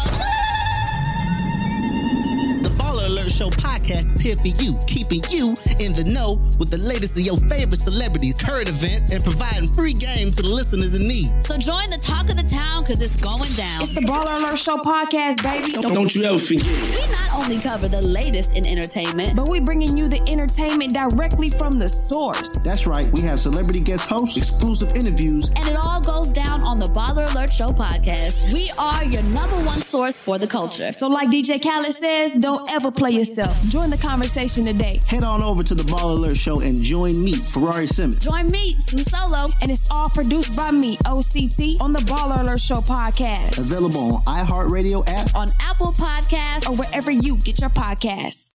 Speaker 11: The Baller Alert Show podcast is here for you, keeping you in the know with the latest of your favorite celebrities, current events, and providing free games to the listeners in need.
Speaker 4: So join the talk of the town because it's going down. It's the Baller Alert Show podcast, baby.
Speaker 11: Don't you ever forget.
Speaker 4: We not only cover the latest in entertainment, but we bringing you the entertainment directly from the source.
Speaker 11: That's right, we have celebrity guest hosts, exclusive interviews.
Speaker 4: And it all goes down on the Baller Alert Show podcast. We are your number one source for the culture. So, like DJ Khaled says, don't ever play yourself. Join the conversation today.
Speaker 11: Head on over to the Baller Alert Show and join me, Ferrari Simmons.
Speaker 4: Join me, Sue Solo, and it's all produced by me, OCT, on the Baller Alert Show podcast,
Speaker 11: Available on iHeartRadio app.
Speaker 4: on Apple Podcasts, or wherever you get your podcasts.